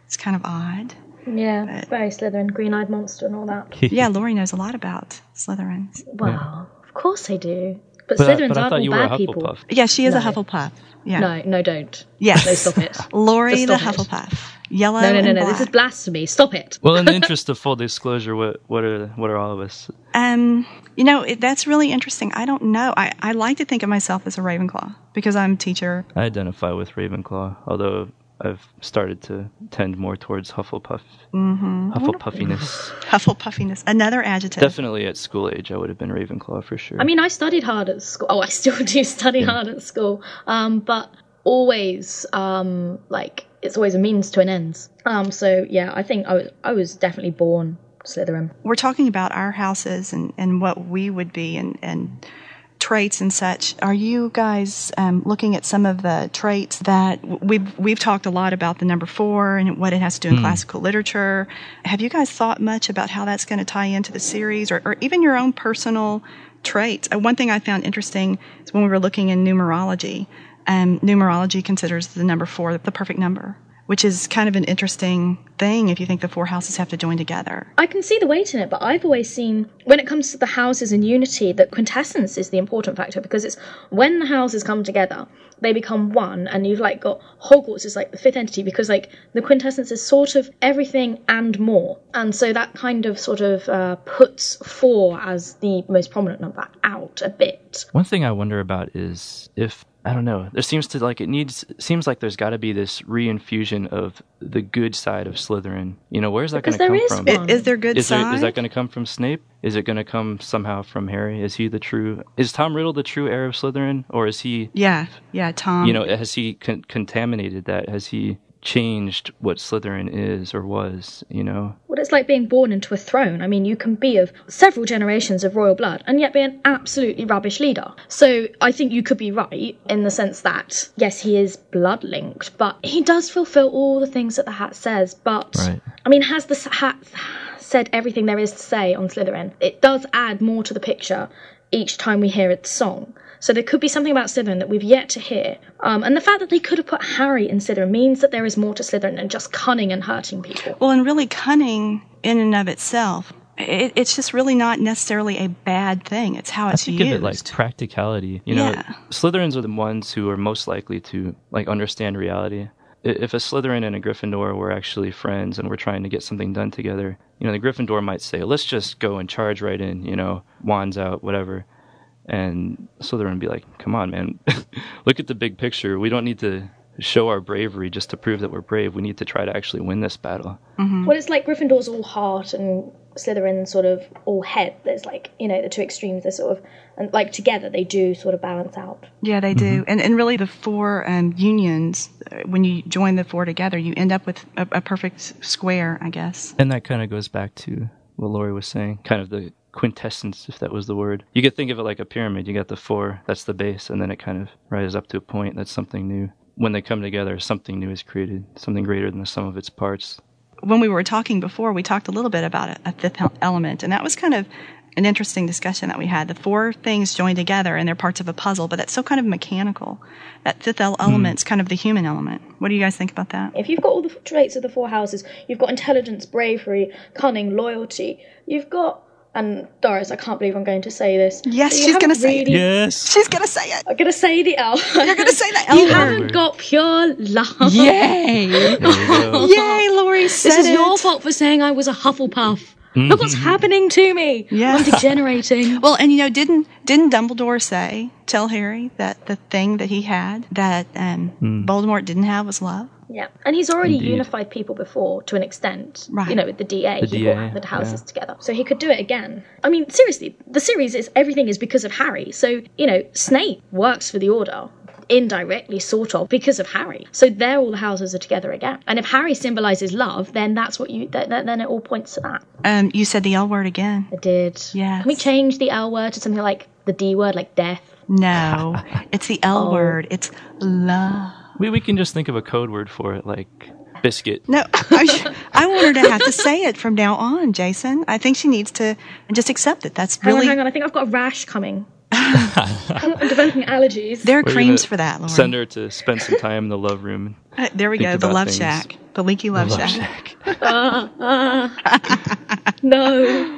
it's kind of odd.
Yeah, very Slytherin, green-eyed monster, and all that.
yeah, Lori knows a lot about Slytherins.
Wow. Of course they do. But,
But I-
Slytherins
but I
aren't
thought
all
you were a
bad people.
Hufflepuff. Yeah, she is a Hufflepuff. Yeah.
No, no, don't.
Yes.
No, stop it.
<laughs> Lori
Just
the
stop it.
Hufflepuff. Yellow.
No, no, no,
and
no.
black.
This is blasphemy. Stop it.
Well,
<laughs>
in the interest of full disclosure, what what are what are all of us?
Um, you know, it, that's really interesting. I don't know. I, I like to think of myself as a Ravenclaw because I'm a teacher.
I identify with Ravenclaw, although I've started to tend more towards Hufflepuff,
Mm-hmm.
Hufflepuffiness.
Hufflepuffiness. Another adjective.
Definitely at school age, I would have been Ravenclaw for sure.
I mean, I studied hard at school. Oh, I still do <laughs> study hard at school. Um, but always, um, like it's always a means to an end. Um, so yeah, I think I was, I was definitely born Slytherin.
We're talking about our houses and, and what we would be and, and traits and such. Are you guys um, looking at some of the traits that w- we've we've talked a lot about the number four and what it has to do in
Hmm.
classical literature? Have you guys thought much about how that's going to tie into the series or, or even your own personal traits? Uh, one thing I found interesting is when we were looking in numerology. Um, numerology considers the number four the perfect number, which is kind of an interesting thing if you think the four houses have to join together.
I can see the weight in it, but I've always seen when it comes to the houses and unity that quintessence is the important factor because it's when the houses come together, they become one, and you've like got Hogwarts is like the fifth entity because like the quintessence is sort of everything and more, and so that kind of sort of uh, puts four as the most prominent number out a bit.
One thing I wonder about is if I don't know. There seems to like it needs seems like there's got to be this reinfusion of the good side of Slytherin. You know, where's that going
Because
to come
there is
from?
one. I- is there good
is is that
side?
going to come from Snape? Is it going to come somehow from Harry? Is he the true? Is Tom Riddle the true heir of Slytherin, or is he?
Yeah, um, yeah, Tom.
you know, has he con- contaminated that? Has he changed what Slytherin is or was? You know,
Well, it's like being born into a throne. I mean, you can be of several generations of royal blood and yet be an absolutely rubbish leader. So I think you could be right in the sense that, yes, he is blood linked, but he does fulfill all the things that the hat says. But,
Right.
I mean, has the s- hat said everything there is to say on Slytherin? It does add more to the picture each time we hear its song. So there could be something about Slytherin that we've yet to hear. Um, and the fact that they could have put Harry in Slytherin means that there is more to Slytherin than just cunning and hurting people.
Well, and really cunning in and of itself, it, it's just really not necessarily a bad thing. It's how it's
think
used.
of it like practicality. You know,
Yeah.
Slytherins are the ones who are most likely to like understand reality. I- If a Slytherin and a Gryffindor were actually friends and were trying to get something done together, you know, the Gryffindor might say, "Let's just go and charge right in," you know, wands out, whatever. And Slytherin would be like, "Come on, man, <laughs> look at the big picture. We don't need to show our bravery
Mm-hmm.
just to prove that we're brave. We need to try to actually win this battle."
Well, it's like Gryffindor's all heart and Slytherin sort of all head. There's like you know the two extremes. They're sort of and like together they do sort of balance out.
Yeah, they do.
Mm-hmm.
And and really, the four um, unions, uh, when you join the four together, you end up with a, a perfect square, I guess.
And that kind of goes back to what Lori was saying, kind of the quintessence, if that was the word. You could think of it like a pyramid. You got the four, that's the base, and then it kind of rises up to a point that's something new. When they come together, something new is created, something greater than the sum of its parts.
When we were talking before, we talked a little bit about a, a fifth el- element, and that was kind of an interesting discussion that we had. The four things joined together, and they're parts of a puzzle, but that's still kind of mechanical. That fifth el- element's kind of the human element. What do you guys think about that?
If you've got all the f- traits of the four houses, you've got intelligence, bravery, cunning, loyalty. You've got and Doris, I can't believe I'm going to say this.
Yes,
But you
she's gonna
haven't
say it.
really-
Yes.
She's gonna say it.
I'm gonna say the L. You're
gonna
<laughs>
say that
You
L
haven't
word.
got pure love.
Yay! <laughs> Yay, Laurie
This
said
is your
it.
fault for saying I was a Hufflepuff. Look what's
Mhm.
happening to me.
Yeah.
I'm degenerating.
<laughs> Well, and you know, didn't didn't Dumbledore say tell Harry that the thing that he had that um, Voldemort didn't have was love?
Yeah, and he's already
Indeed.
unified people before to an extent.
Right.
You know, with the DA,
The
he
DA,
brought the houses
yeah.
together, so he could do it again. I mean, seriously, the series is everything is because of Harry. So you know, Snape works for the Order indirectly, sort of, because of Harry. So there, all the houses are together again. And if Harry symbolizes love, then that's what you. That, that, then it all points to that.
Um, you said the L word again.
I did.
Yeah.
Can we change the L word to something like the D word, like death? Oh.
No, it's the L word. It's love.
We, we can just think of a code word for it, like biscuit.
No, I, I want her to have to say it from now on, Jason. I think she needs to and just accept it. That's
Hang
really
on, hang on. I think I've got a rash coming. <laughs> I'm I'm developing allergies.
there are
We're
creams
gonna
for that, Lauren.
Send her to spend some time in the love room.
Uh, there we
Think
go. The
about
love
things.
shack. The leaky love,
Love
shack.
<laughs> Uh, no.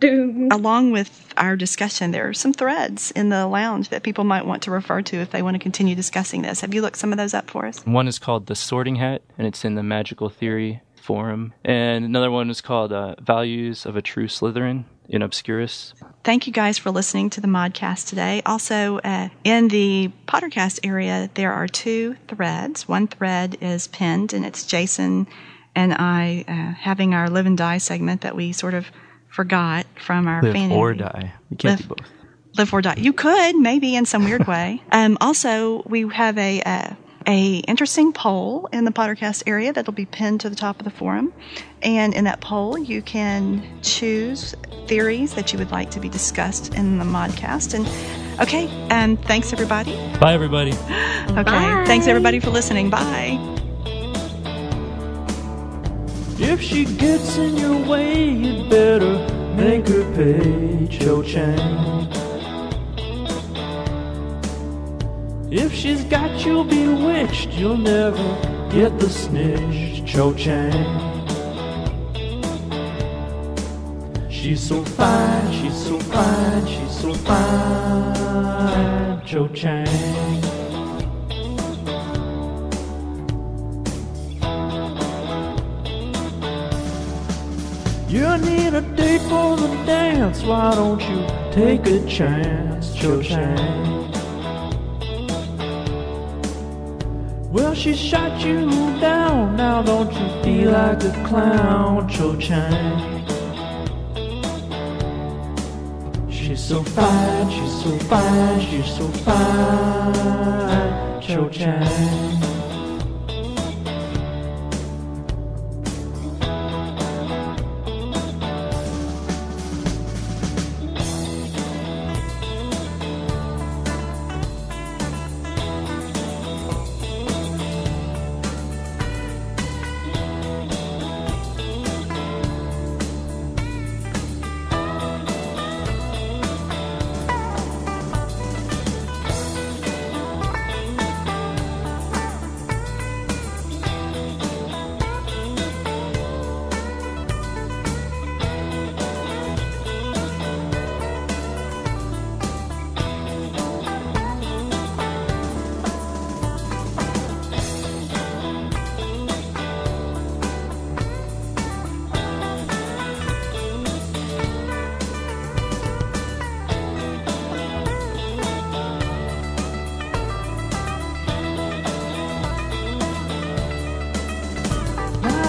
Doom.
Along with our discussion, there are some threads in the lounge that people might want to refer to if they want to continue discussing this. Have you looked some of those up for us?
One is called The Sorting Hat, and it's in the Magical Theory Forum. And another one is called uh, Values of a True Slytherin in Obscurus.
Thank you guys for listening to the modcast today. Also, uh, in the Pottercast area, there are two threads. One thread is pinned, and it's Jason and I uh, having our live and die segment that we sort of forgot from our
Live
fan
or
area.
die. You can't do both.
live or die. You could maybe in some weird
<laughs>
way. Um, also, we have a uh, a interesting poll in the Pottercast area that'll be pinned to the top of the forum, and in that poll, you can choose theories that you would like to be discussed in the modcast. And okay, um, thanks everybody.
Bye, everybody.
Okay, thanks everybody for listening. Bye.
If she gets in your way, you'd better make her pay Cho Chang. If she's got you bewitched, you'll never get the snitch Cho Chang. She's so fine, she's so fine, she's so fine, Cho Chang. You need a date for the dance. Why don't you take a chance, Cho Chang? Well, she shot you down. Now don't you feel like a clown, Cho Chang? She's so fine, she's so fine, she's so fine, Cho Chang.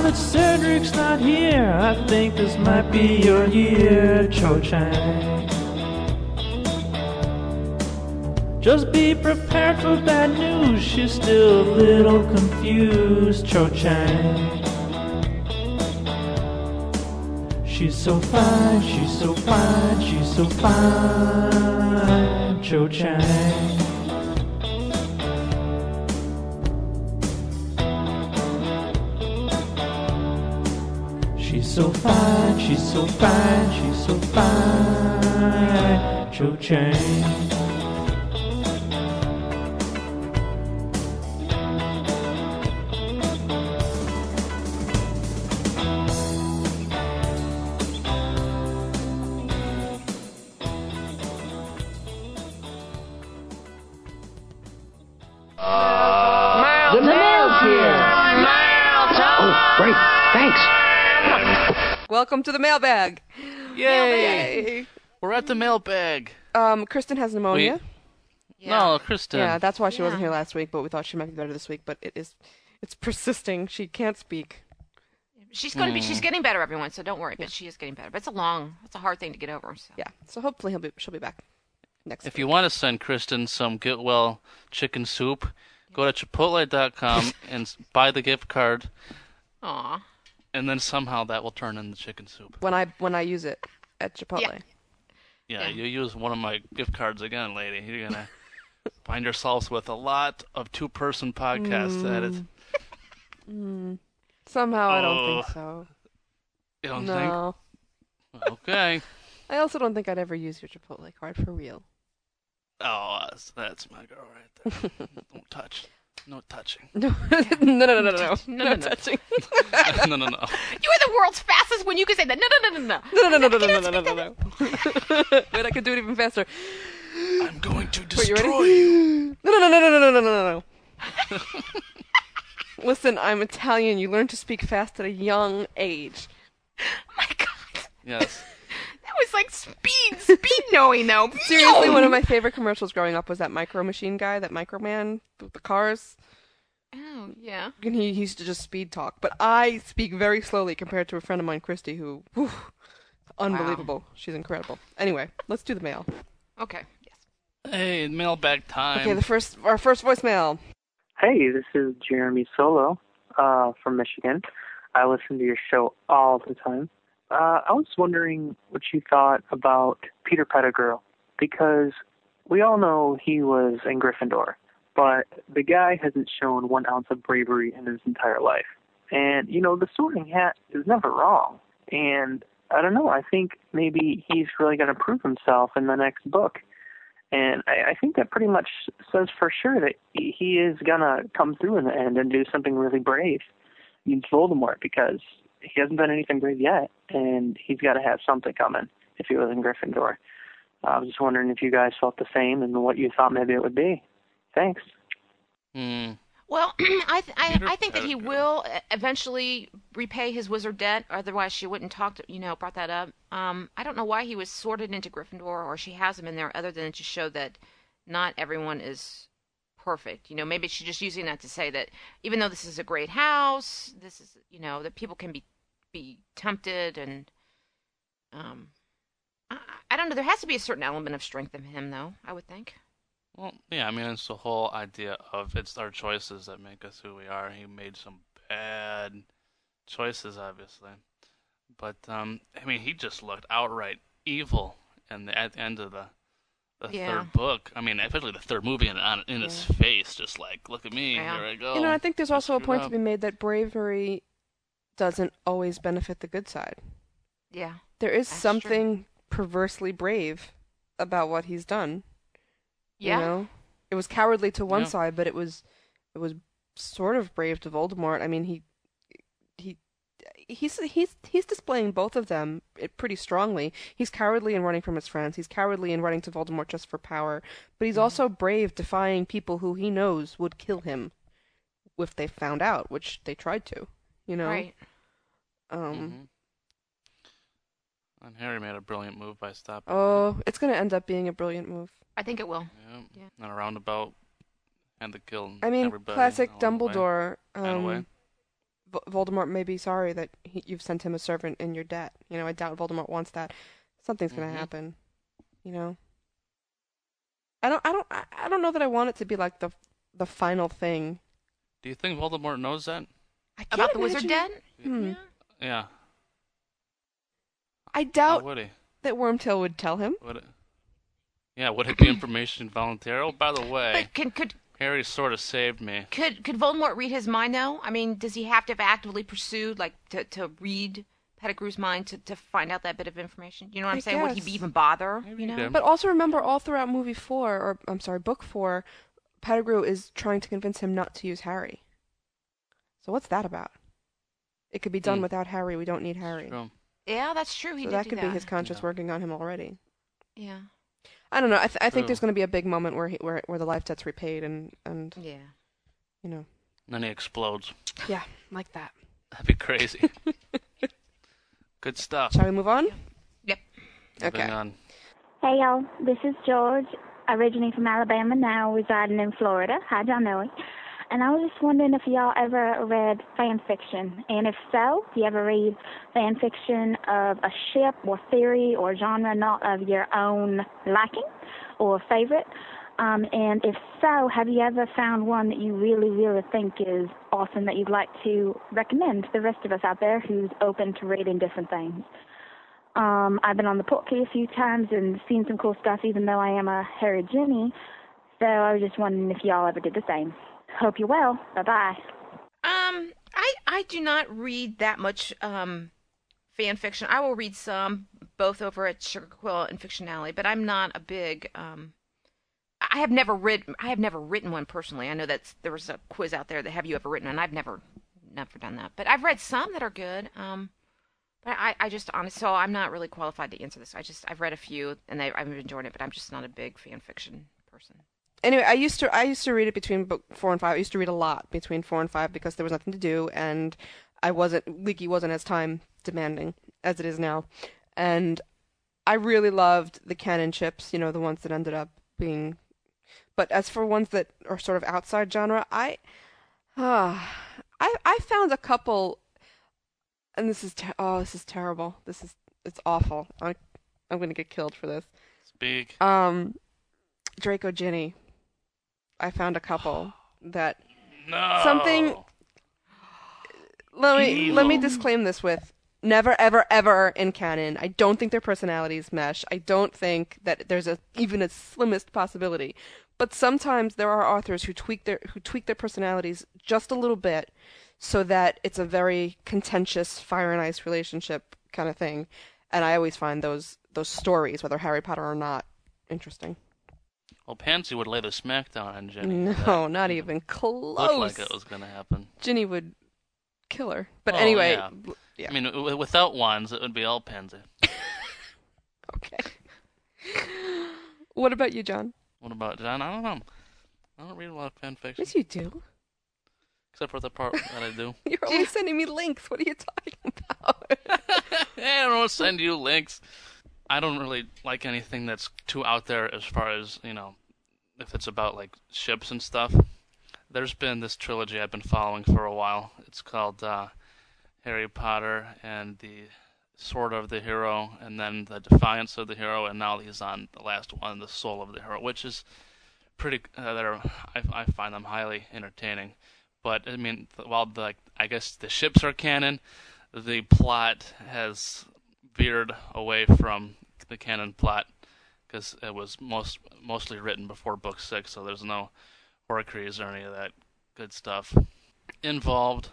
that Cedric's not here, I think this might be your year, Cho Chang. Just be prepared for bad news, she's still a little confused, Cho Chang. She's so fine, she's so fine, she's so fine, Cho Chang. She's so fine, she's so fine, she's so fine, Cho Chang.
The mail's here. Oh, great. Thanks.
Welcome to the mailbag.
Yay.
Yay.
We're at the mailbag.
Um, Kristen has pneumonia.
No, Kristen.
Yeah, that's why she wasn't here last week, but we thought she might be better this week, but it is it's persisting. She can't speak.
She's going to be. She's
Mm.
getting better, everyone. So don't worry. But she is getting better. But it's a long. It's a hard thing to get over. So.
Yeah. So hopefully he'll be. She'll be back. Next.
If you want to send Kristen some Get Well chicken soup, go
<laughs>
to chipotle.com and s- buy the gift card,
Aw.
and then somehow that will turn into chicken soup.
When I when I use it at Chipotle.
Yeah, you use one of my gift cards again, lady. You're going to <laughs> find yourselves with a lot of two person podcasts that is.
Mm. Mm. Somehow I don't think
Oh.
so.
You don't
no.
think? Okay.
I also don't think I'd ever use your Chipotle card for
<laughs>
real. <laughs>
Oh, that's, that's my girl right there.
<laughs>
don't touch. No touching.
No. <laughs> no, no, no, no, no.
Touch- no, no, no.
touching.
<laughs> no, no, no.
You are the world's fastest when you can say that. No, no, no, no, no.
No, no, no, no, no, no, no, no, no, no. Wait, I could do it even faster.
I'm going to
destroy Wait, you. Ready? you. <gasps> No, no, no, no, no, no, no, no, no, no. Listen, I'm Italian. You learn to speak fast at a young age.
Yes.
That was like speed, speed knowing though.
<laughs> Seriously, one of my favorite commercials growing up was that Micro Machine guy, that Microman with the cars.
Oh yeah.
And he he used to just speed talk. But I speak very slowly compared to a friend of mine, Christy, who, whew, unbelievable. She's incredible. Anyway, let's do the mail.
Okay.
Hey, mailbag time.
Okay, the first our first voicemail.
Hey, this is Jeremy Solo uh, from Michigan. I listen to your show all the time. Uh, I was wondering what you thought about Peter Pettigrew because we all know he was in Gryffindor, but the guy hasn't shown one ounce of bravery in his entire life. And, you know, the sorting hat is never wrong. And I don't know, I think maybe he's really going to prove himself in the next book. And I, I think that pretty much says for sure that he he is going to come through in the end and do something really brave against Voldemort because he hasn't done anything brave yet, and he's got to have something coming if he was in Gryffindor. I was just wondering if you guys felt the same and what you thought maybe it would be. Thanks.
Hmm.
Well, <clears throat> I th- I, I think that he will uh, eventually repay his wizard debt. Otherwise, she wouldn't talk to you know brought that up. Um, I don't know why he was sorted into Gryffindor or she has him in there, other than to show that not everyone is perfect. You know, maybe she's just using that to say that even though this is a great house, this is you know that people can be be tempted and um, I, I don't know. There has to be a certain element of strength in him, though. I would think.
Well, yeah, I mean, it's the whole idea of it's our choices that make us who we are. He made some bad choices, obviously. But, um, I mean, he just looked outright evil in the, at the end of the, the
Yeah.
third book. I mean, especially the third movie, and on, in his face, just like, look at me, here I go.
You know, I think there's also a
screwed
point to
up.
be made that bravery doesn't always benefit the good side.
Yeah.
There is something perversely brave about what he's done.
Yeah.
You know? It was cowardly to one
Yeah.
side, but it was it was sort of brave to Voldemort. I mean, he he he's he's he's displaying both of them eh, pretty strongly. He's cowardly in running from his friends. He's cowardly in running to Voldemort just for power, but
Mm-hmm.
he's also brave defying people who he knows would kill him if they found out, which they tried to, you know.
Right.
Um
Mm-hmm. And Harry made a brilliant move by stopping.
Oh, it's going to end up being a brilliant move.
I think it will.
Yeah. And a roundabout, and the kill.
I mean,
everybody
classic
along the way.
Dumbledore.
And away.
Um, V- Voldemort may be sorry that he, you've sent him a servant in your debt. You know, I doubt Voldemort wants that. Something's going to
Mm-hmm.
Mhm.
happen. You know. I don't I don't I I don't know that I want it to be like the the final thing.
Do you think Voldemort knows that?
About the wizard den?
imagine- Hmm.
Yeah.
I
How
doubt
would he?
that Wormtail would tell him.
Would it? Yeah. Would it be information voluntary? Oh, by the way,
But could could
Harry sort of saved me.
could could Voldemort read his mind though? I mean, does he have to have actively pursued like to, to read Pettigrew's mind to, to find out that bit of information? You know what I'm
I
saying? Would he
guess.
be even bother? you know?
But also remember, all throughout movie four, or I'm sorry, book four, Pettigrew is trying to convince him not to use Harry. So what's that about? It could be done
Hmm.
without Harry. We don't need Harry.
yeah, that's true. He
So
did
that
do
could be his conscious
Yeah.
working on him already.
Yeah.
I don't know. I, th- I think there's
True.
going to be a big moment where he, where where the life debt's repaid and and
yeah,
you know,
And then he explodes.
yeah, like that.
That'd
<laughs>
be crazy. Good stuff.
Shall we move on?
Yep.
Moving on.
Hey y'all, this is George, originally from Alabama, now residing in Florida. How'd y'all know it? And I was just wondering if y'all ever read fan fiction, and if so, do you ever read fan fiction of a ship or theory or genre not of your own liking or favorite? Um, and if so, have you ever found one that you really, really think is awesome that you'd like to recommend to the rest of us out there who's open to reading different things? Um, I've been on the podcast a few times and seen some cool stuff, even though I am a Harry Jenny. So I was just wondering if y'all ever did the same. Hope you're well. Bye bye.
Um, I I do not read that much um fan fiction. I will read some, both over at Sugar Quill and Fiction Alley, but I'm not a big um. I have never read. I have never written one personally. I know that's there was a quiz out there that have you ever written, and I've never never done that. But I've read some that are good. Um, but I I just honestly, so I'm not really qualified to answer this. I just I've read a few and I, I've enjoyed it, but I'm just not a big fan fiction person.
anyway, I used to I used to read it between book four and five. I used to read a lot between four and five because there was nothing to do, and I wasn't Leaky wasn't as time demanding as it is now, and I really loved the canon ships. You know, the ones that ended up being. But as for ones that are sort of outside genre, I, ah, <sighs> I I found a couple and this is ter- oh, this is terrible. This is it's awful. I, I'm gonna get killed for this.
Speak.
Um, Draco Ginny. I found a couple that
No.
something. Let me let me
Evil.
disclaim this with never ever ever in canon. I don't think their personalities mesh. I don't think that there's a even a slimmest possibility. But sometimes there are authors who tweak their who tweak their personalities just a little bit so that it's a very contentious fire and ice relationship kind of thing. And I always find those those stories, whether Harry Potter or not, interesting.
Well, Pansy would lay the smack down on Jenny.
No, <laughs> not even close.
Looked like it was gonna happen.
Ginny would kill her. But
Oh,
anyway,
yeah. I mean, w- without wands, it would be all Pansy.
what about you, John?
What about John? I don't know. I don't read a lot of fan fiction,
Yes, you do.
except for the part that I do.
<laughs> You're always sending me links. What are you talking
<laughs> Hey, I don't want to Eh, send you links. I don't really like anything that's too out there as far as, you know, if it's about like ships and stuff. There's been this trilogy I've been following for a while. It's called uh, Harry Potter and the Sword of the Hero, and then the Defiance of the Hero, and now he's on the last one, the Soul of the Hero, which is pretty. Uh, that are I, I find them highly entertaining. But I mean, th- while the like, I guess the ships are canon, the plot has veered away from the canon plot because it was most mostly written before book six, so there's no Horcrux or any of that good stuff involved.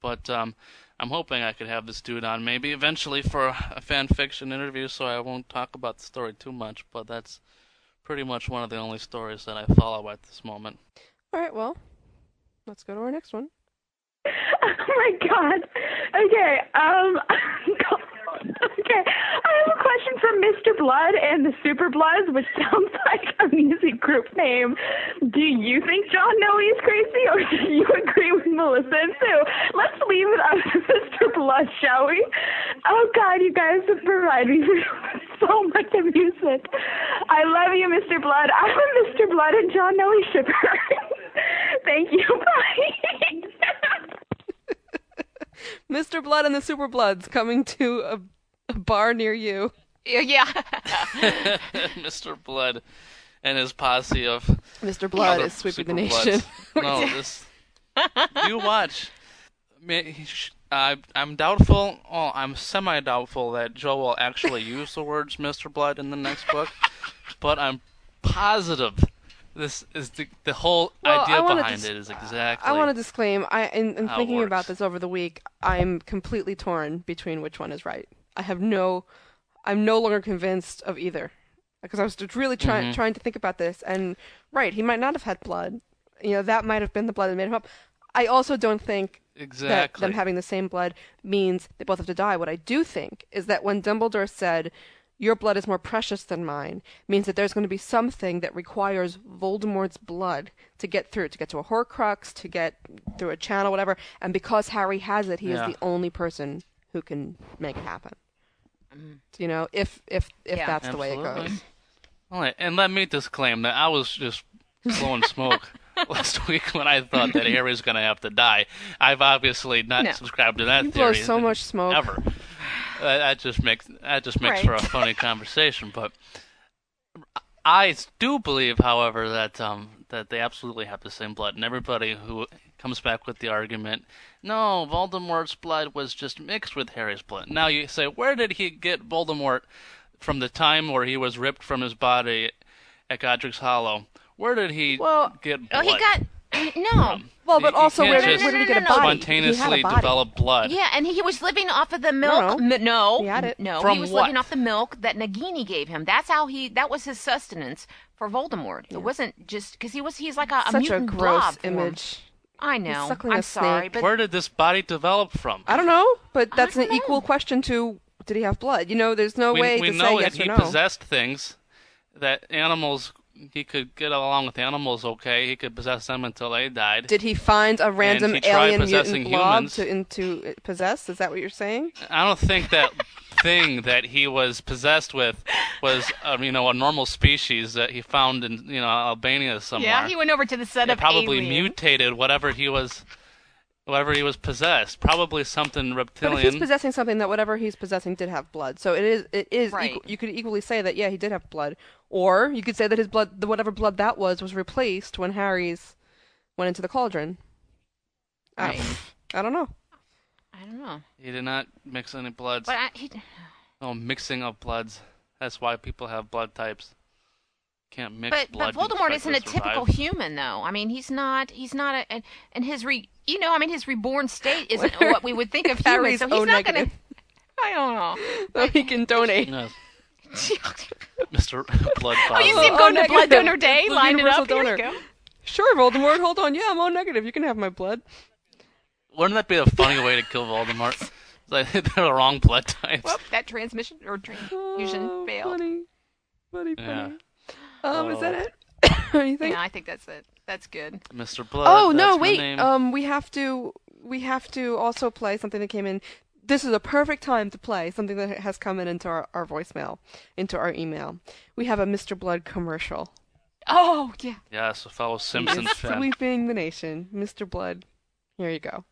But um, I'm hoping I could have this dude on maybe eventually for a fan fiction interview, so I won't talk about the story too much. But that's pretty much one of the only stories that I follow at this moment.
<laughs>
<laughs>
All right, well, let's go to our next one.
<laughs> Oh my god. Okay. Um. <laughs> okay. I have a question for Mr. Blood and the Super Bloods, which <laughs> sounds like a music group name. Do you think John Noe is crazy, or <laughs> do you agree with Melissa and Sue? Let's leave it up to <laughs> Mr. Blood, shall we? Oh god, you guys have provided me with <laughs> so much amusement. I love you, Mr. Blood. I'm a Mr. Blood and John Noe <laughs>
<laughs>
shipper. Thank you. Bye.
Mr. Blood and the Super Bloods coming to a, a bar near you.
Yeah.
Mr. Blood and his posse of
Mr. Blood
other
is sweeping the
Super
nation. <laughs>
Bloods. No, this you watch. May- I, I'm doubtful. Oh, I'm semi-doubtful that Joe will
<laughs>
actually use the words Mr. Blood in the next book, but I'm positive this is the the whole
Well, I
idea
wanna
behind
dis-
it is exactly.
I want to disclaim. I in, in
How it
thinking about this over the week, I'm completely torn between which one is right. I have no, I'm no longer convinced of either, because I was just really trying
Mm-hmm.
Mhm.
trying to think about this. And right, he might not have had blood. You know, that might have been the blood that made him up. I also don't think that
Exactly.
them having the same blood means they both have to die. What I do think is that when Dumbledore said, "Your blood is more precious than mine," means that there's going to be something that requires Voldemort's blood to get through, to get to a Horcrux, to get through a channel, whatever. And because Harry has it, he
Yeah.
is the only person who can make it happen. You know, if if if
Yeah.
that's the way it
Absolutely.
goes.
All right, and let me disclaim that I was just
<laughs>
blowing smoke last week when I thought that Harry's going to have to die. I've obviously not
No.
subscribed to that
You blow
theory
so much smoke.
ever. That, that just makes that just makes for
<laughs>
a
Right.
funny conversation. But I do believe, however, that um, that they absolutely have the same blood, and everybody who comes back with the argument, no, Voldemort's blood was just mixed with Harry's blood. Now you say, where did he get Voldemort from the time where he was ripped from his body at Godric's Hollow? Where did he get
Oh,
blood?
he got no.
Well, but also,
can't
where, did-
just
where did he get a
No,
body?
spontaneously
he had a body.
develop blood.
Yeah, and he was living off of the milk. No, no, he, no,
From
he was
what?
living off the milk that Nagini gave him. That's how he. That was his sustenance for Voldemort. It wasn't just because he was. He's like a, a
Such a
mutant
gross
blob form.
image.
I know.
suckling
I'm
a
sorry,
snake.
but
Where did this body develop from?
I don't know, but that's an equal question to did he have blood? You know, there's no
we,
way
we
to
know
say yes
that he
or no.
possessed things that animals he could get along with animals okay he could possess them until they died
Did he find a random
he tried
alien
possessing
mutant blob
humans.
to, in, to possess? Is that what you're saying?
i don't think that <laughs> thing that he was possessed with was um, you know a normal species that he found in you know albania somewhere
yeah, he went over to the set
It
of
probably
Alien.
mutated whatever he was whatever he was possessed probably something
But if
reptilian
he's possessing something that whatever he's possessing did have blood, so it is it is equal, you could equally say that yeah he did have blood, or you could say that his blood the whatever blood that was was replaced when Harry's went into the cauldron. I-
Right.
I don't know.
I don't know.
he did not mix any bloods
But I, he,
no mixing of bloods that's why people have blood types can't mix
but
blood
but
and
Voldemort
expect
isn't
to
a typical
survive.
<laughs> human, though. I mean, he's not. He's not a. And, and his re, you know, I mean, his reborn state
<laughs>
isn't what we would think of human.
Harry's
So he's
O
not going to.
negative.
<laughs> I don't
<laughs>
know.
So he can donate.
<laughs> Mr. Blood
Oh, you
Father.
see him going to Blood Donor Day,
The
lining
universal
up. Here we go.
Sure, Voldemort, hold on. Yeah, I'm O negative. You can have my blood.
Wouldn't that be a funny way to
<laughs>
kill Voldemort? Like <laughs> they're the wrong blood types.
Well, that transmission or transfusion failed.
Oh, Funny, funny,
Yeah.
funny. Um, is
Uh,
that
Oh.
it? <coughs> you think?
Yeah, I think that's it. That's good.
Mr. Blood.
oh no,
that's my
wait.
name.
Um, we have to we have to also play something that came in. This is a perfect time to play something that has come in into our, our voicemail, into our email. We have a Mr. Blood commercial.
Oh yeah.
Yes,
<laughs>
a fellow Simpsons
It's
fan.
sweeping the nation, Mr. Blood. Here you go.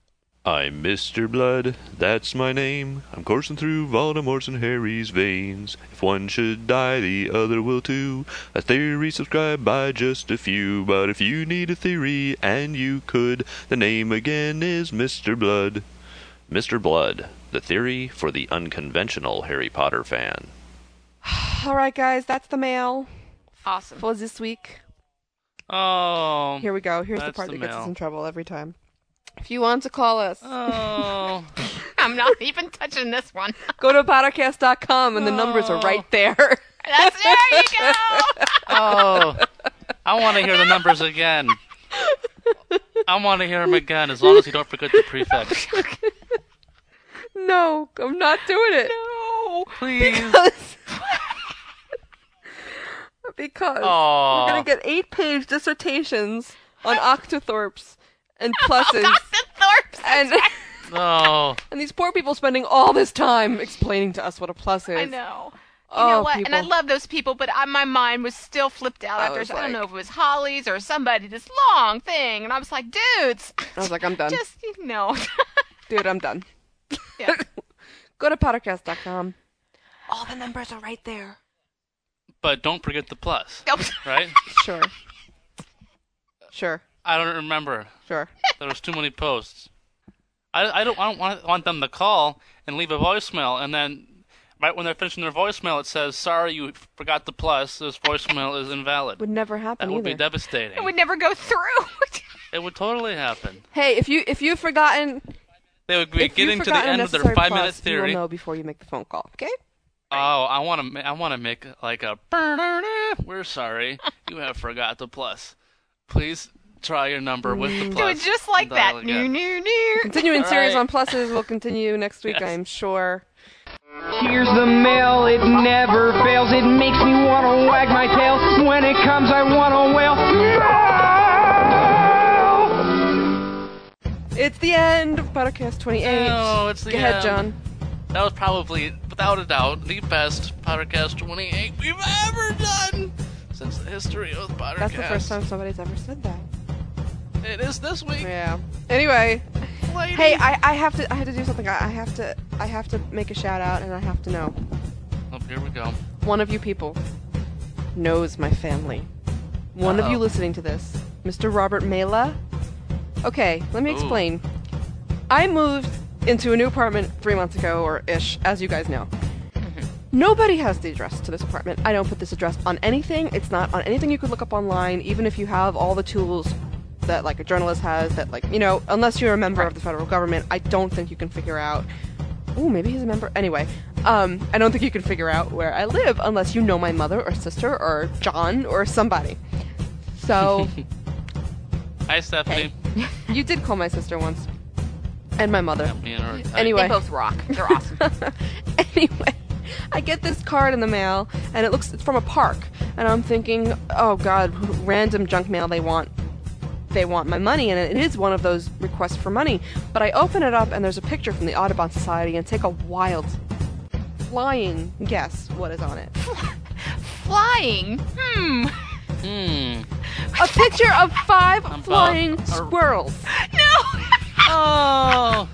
I'm Mr. Blood, that's my name. I'm coursing through Voldemort's and Harry's veins. If one should die, the other will too. A theory subscribed by just a few, but if you need a theory, and you could, the name again is Mr. Blood. Mr. Blood, the theory for the unconventional Harry Potter fan.
All right, guys, that's the mail.
Awesome.
For this week.
Oh.
Here we go. Here's the
that's
part
the
that gets us
mail.
in trouble every time. If you want to call us,
oh.
<laughs> I'm not even touching this one.
go to podcast.com and the numbers are right there.
Oh. That's there you
<laughs>
go.
Oh. I want to hear the
<laughs>
numbers again. I want to hear them again, as long as you don't forget the
<laughs>
prefix.
No, I'm not doing it.
No,
please.
<laughs>
Because, <laughs> because
Aw.
we're gonna get eight-page dissertations on octothorpes
<laughs>
and pluses.
octothorpes.
And
No.
<laughs> and these poor people spending all this time explaining to us what a plus is.
I know. You
oh,
know what? And
People.
I love those people, but I, my mind was still flipped out
I
after.
was
I don't know
like-
if it was Holly's or somebody. This long thing, and I was like, dudes.
I was like, I'm done,
Just you know. <laughs>
dude. I'm done. Yeah. <laughs> Go to pottercast.com.
All the numbers are right there.
But don't forget the plus. Right?
<laughs>
Sure. Sure.
I don't remember.
Sure.
<laughs> There was too many posts. I, I don't, I don't want, want them to call and leave a voicemail, and then right when they're finishing their voicemail, it says, "Sorry, you forgot the plus. This voicemail is invalid."
Would never happen
That would be
either. <laughs>
devastating.
It would never go through.
It would totally happen.
Hey, if you if you've forgotten
They would be
if
getting
you've
to the
forgotten
end of their
necessary
five
plus,
minute theory.
You will know before you make the phone call. Okay.
Oh, I want to. I want to make like a. <laughs> We're sorry, you have forgot the plus. Please try your number with
<laughs>
the
Mm.
plus. and dial again.
Continuing
All
series
right.
on pluses will continue next week, I'm sure.
Here's the mail, it never fails. It makes me want to wag my tail. When it comes, I want to wail.
It's the end of Podcast 28.
Oh, it's the
Go ahead,
end.
John.
That was probably, without a doubt, the best podcast 28 we've ever done since the history of the podcast.
That's the first time somebody's ever said that.
It is this week.
Yeah. Anyway, hey, I, I have to I have to do something. I, I have to I have to make a shout out, and I have to know
Oh, here we go.
one of you people knows my family. One of
Uh-oh.
you listening to this, Mr. Robert Mela. Okay, let me
Ooh.
explain. I moved into a new apartment three months ago, or ish, as you guys know. Nobody has the address to this apartment. I don't put this address on anything. It's not on anything you could look up online, even if you have all the tools that like a journalist has that like, you know, unless you're a member of the federal government, I don't think you can figure out Ooh, maybe he's a member. Anyway, um, I don't think you can figure out where I live unless you know my mother or sister or John or somebody. So
Hi, Stephanie.
you did call my sister once, and my mother.
Me and her. are tight.
Anyway,
rock. They're awesome.
<laughs> anyway, I get this card in the mail, and it looks it's from a park, and I'm thinking, oh god, random junk mail they want. They want my money, and it is one of those requests for money. But I open it up, and there's a picture from the Audubon Society, and take a wild, flying guess what is on it.
Flying. Hmm.
Hmm.
A picture of 5 flying
<laughs>
about-
squirrels.
Oh!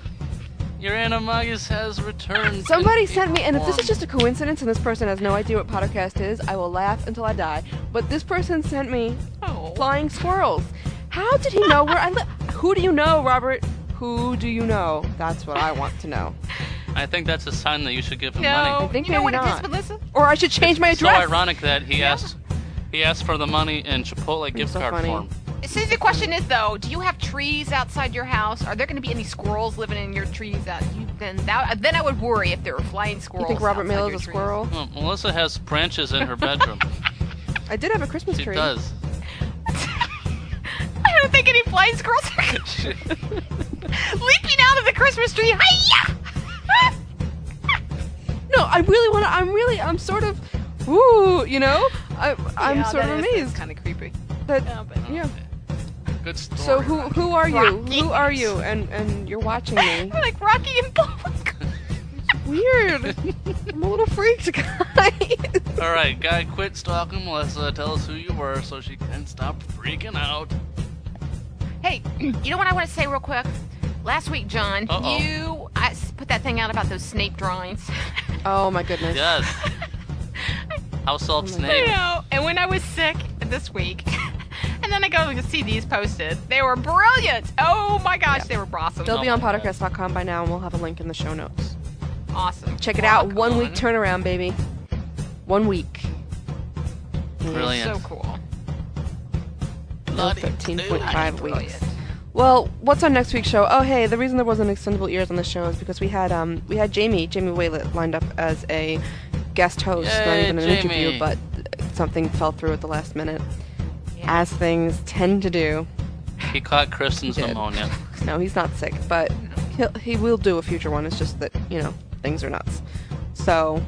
Your animagus has returned.
Somebody
in
sent me, and if this
form.
is just a coincidence and this person has no idea what Pottercast is, I will laugh until I die. But this person sent me
Oh.
flying squirrels. How did he know where I live? <laughs> Who do you know, Robert? Who do you know? That's what I want to
<laughs>
know.
I think that's a sign that you should give him
I
money.
think maybe not. Or I should change my
So
address.
ironic that he asked. He asked for the money in Chipotle gift
so
card
funny.
form.
See, the question is though, do you have trees outside your house? Are there going to be any squirrels living in your trees? That you then that then I would worry if there were flying squirrels.
you think Robert
outside
Mailer's
your
a
trees.
squirrel?
Well, Hmm, Melissa has branches in her bedroom.
<laughs> I did have a Christmas
she
tree.
does.
<laughs> I don't think any flying squirrels are
<laughs>
<laughs> leaping out of the Christmas tree. Hiya!
No, I really want to. I'm really. I'm sort of. Ooh, you know. I, I'm sort of amazed.
Kind of creepy.
That, yeah.
Good story.
So who who are you?
Rocky.
Who are you? And and you're watching me.
<laughs> like Rocky and Bullwinkle.
Weird.
<laughs>
I'm a little <laughs> freaked, guys.
All right, guy, quit stalking Melissa. Tell us who you were so she can stop freaking out.
Hey, <clears throat> you know what I want to say real quick? Last week, John,
Uh-oh.
you I s- put that thing out about those Snape drawings.
Oh my
<laughs>
goodness.
Yes. Household
Oh I
snake.
know. And when I was sick this week, <laughs> and then I go to see these posted, they were brilliant. Oh my gosh, they were awesome. Oh
They'll be on podcast.com by now, and we'll have a link in the show notes.
Awesome. <clears throat>
Check it out. One week turnaround, baby. One week.
Brilliant.
So cool.
No, 13.5 weeks. Well, what's on next week's show? Oh, hey, the reason there wasn't extendable ears on the show is because we had um we had Jamie Jamie Waylett lined up as a guest host, not
Yay,
even an interview,
Jamie.
but something fell through at the last minute, as things tend to do.
He caught Kristen's pneumonia.
No, he's not sick, but he'll, he will do a future one. It's just that you know things are nuts. So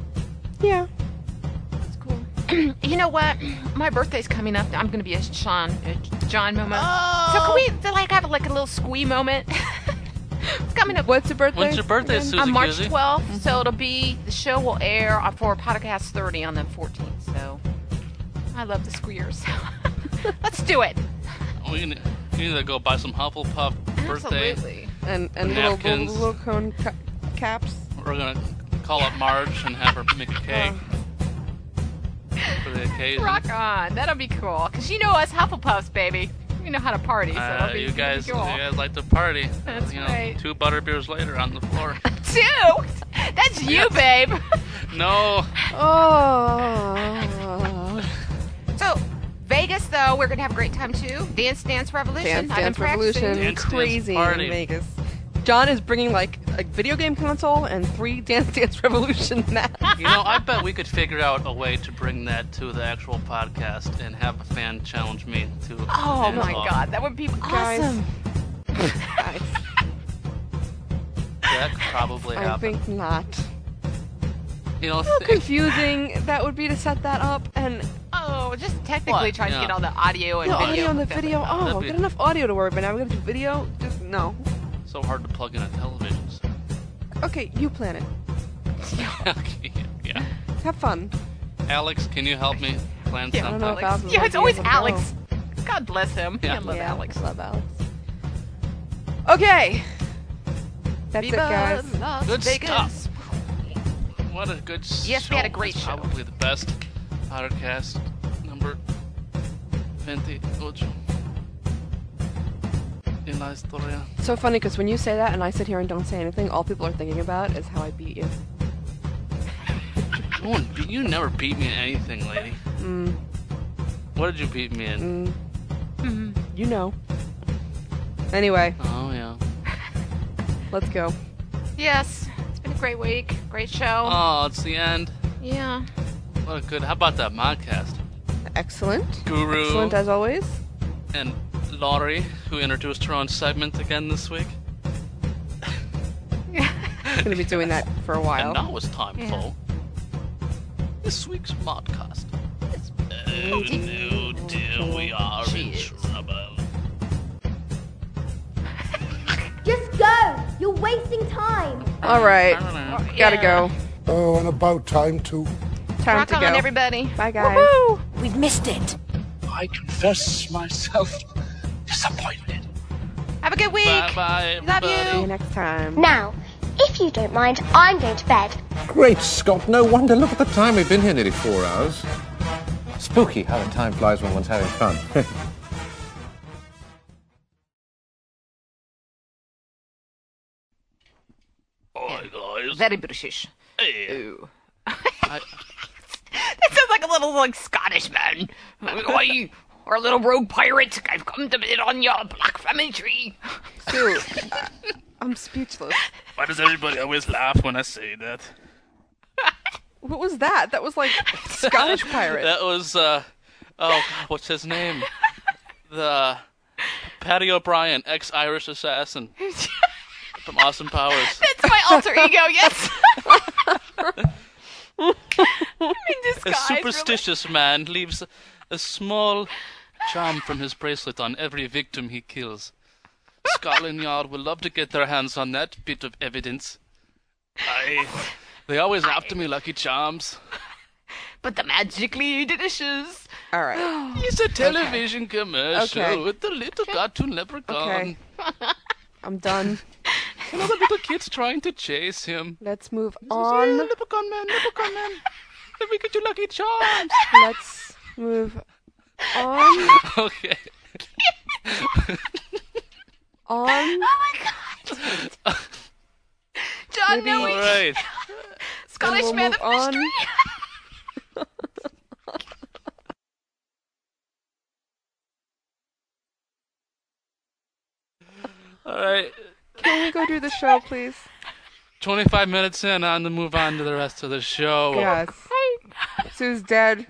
yeah.
you know what? My birthday's coming up. I'm gonna be a Sean, a John moment. So can we
Oh.
th- like have like a little squee moment? <laughs> it's coming up.
What's your birthday?
When's your birthday, Mm-hmm. again? Susie
On March
Koozie?
12th. So it'll be the show will air on- for podcast 30 on the 14th. So <laughs> I love the squeers. Let's do it.
We need, we need to go buy some Hufflepuff birthday.
Absolutely.
and and little,
Napkins.
little, little cone cu-
caps?
We're gonna call up Marge and have her
<laughs>
make a cake for the occasion.
Oh. Rock on. That'll be cool. Because you know us Hufflepuffs, baby. We know how to party, so
Uh,
that'll be,
you guys,
it'll be cool.
you guys like to party.
That's
you know,
right.
Two butter beers later on the
<laughs>
floor.
Two? That's you, babe.
no.
Oh.
<laughs> So, Vegas, though, we're going to have a great time, too. Dance Dance Revolution.
Dance
I've been
Dance Revolution,
practicing.
crazy in Vegas. John is bringing like a video game console and
<laughs>
three Dance Dance Revolution mats.
You know, I bet we could figure out a way to bring that to the actual podcast and have a fan challenge me to.
Oh,
dance
my
off.
God. That would be awesome.
Guys. <laughs>
That
<laughs>
could probably
I
happen.
think not.
You know,
How
th-
confusing that would be to set that up and
oh, just technically
What?
trying
Yeah.
to get all the audio and
the
video.
audio on the video.
That'd
Oh,
be-
get enough audio to worry, but now we gotta do video. Just no.
so hard to plug in a television. set.
Okay, you plan it.
<laughs> okay, yeah.
Have fun.
Alex, can you help me plan
Yeah, I don't
something?
know if Alex is
Yeah,
gonna
it's
be
always
able to
Alex. God bless him.
Yeah.
I love
Yeah,
Alex.
Love Alex. Okay. That's
Viva
it, guys.
Las
Good
Vegas.
stuff. What a good
Yes,
show.
we had a great
It's
show.
Probably the best podcast number 28 in la historia.
So funny because when you say that and I sit here and don't say anything, all people are thinking about is how I beat you.
You, won't be- you never beat me in anything, lady.
Mm,
What did you beat me in?
mm.
Mm-hmm.
You know. Anyway,
Oh, yeah.
<laughs> let's go.
Yes, it's been a great week. Great show.
Oh, it's the end.
yeah.
What a good. How about that podcast?
Excellent.
Guru.
Excellent as <laughs> always.
And Laurie, who introduced her own segment again this week.
Gonna be doing that for a while.
And now it's time
Yeah.
for this week's modcast. Oh, no, dear, we are in trouble.
Just go. You're wasting time.
All right. Gotta go.
Oh, and about time to.
Time
Rock
to
on,
go.
everybody.
Bye, guys.
We've missed it.
I confess myself disappointed.
Have a good week.
Bye
Love you.
next time.
Now, if you don't mind, I'm going to bed.
Great Scott, no wonder. Look at the time. We've been here nearly four hours. Spooky how the time flies when one's having fun. <laughs>
Hi, guys.
Very British.
Hey.
<laughs> Ooh. that sounds like a little like Scottish man. Oi, or a little rogue pirate. I've come to bid on your black family tree. <laughs>
Dude, I'm speechless.
Why does everybody always laugh when I say that?
What was that? That was <laughs> like Scottish pirate. <laughs>
that was uh oh god, what's his
<laughs>
name? The Patty O'Brien, ex
<laughs>
Irish assassin. From Austin Powers.
That's my alter ego, yes.
<laughs>
I'm in
A
disguise.
superstitious man leaves a small charm from his bracelet on every victim he kills. Scotland Yard will love to get their hands on that bit of
<laughs>
evidence. I, they always after me, Lucky Charms.
<laughs> But the magically delicious.
All
<gasps> It's a television commercial
Okay.
with the little cartoon leprechaun.
Okay.
<laughs>
I'm done.
And all the little kids trying to chase him.
Let's move
"Hey,
on.
leprechaun man, leprechaun man. <laughs> Let me get you lucky charms.
Let's move on.
<laughs> okay.
<laughs> On.
Oh my
<laughs>
god. John, no, we
All right.
Scottish
we'll
man
move
of
on.
mystery.
All right.
Can we go do the show, please? Oh.
25 minutes in, on to move on to the rest of the show.
Yes. Sue's dead.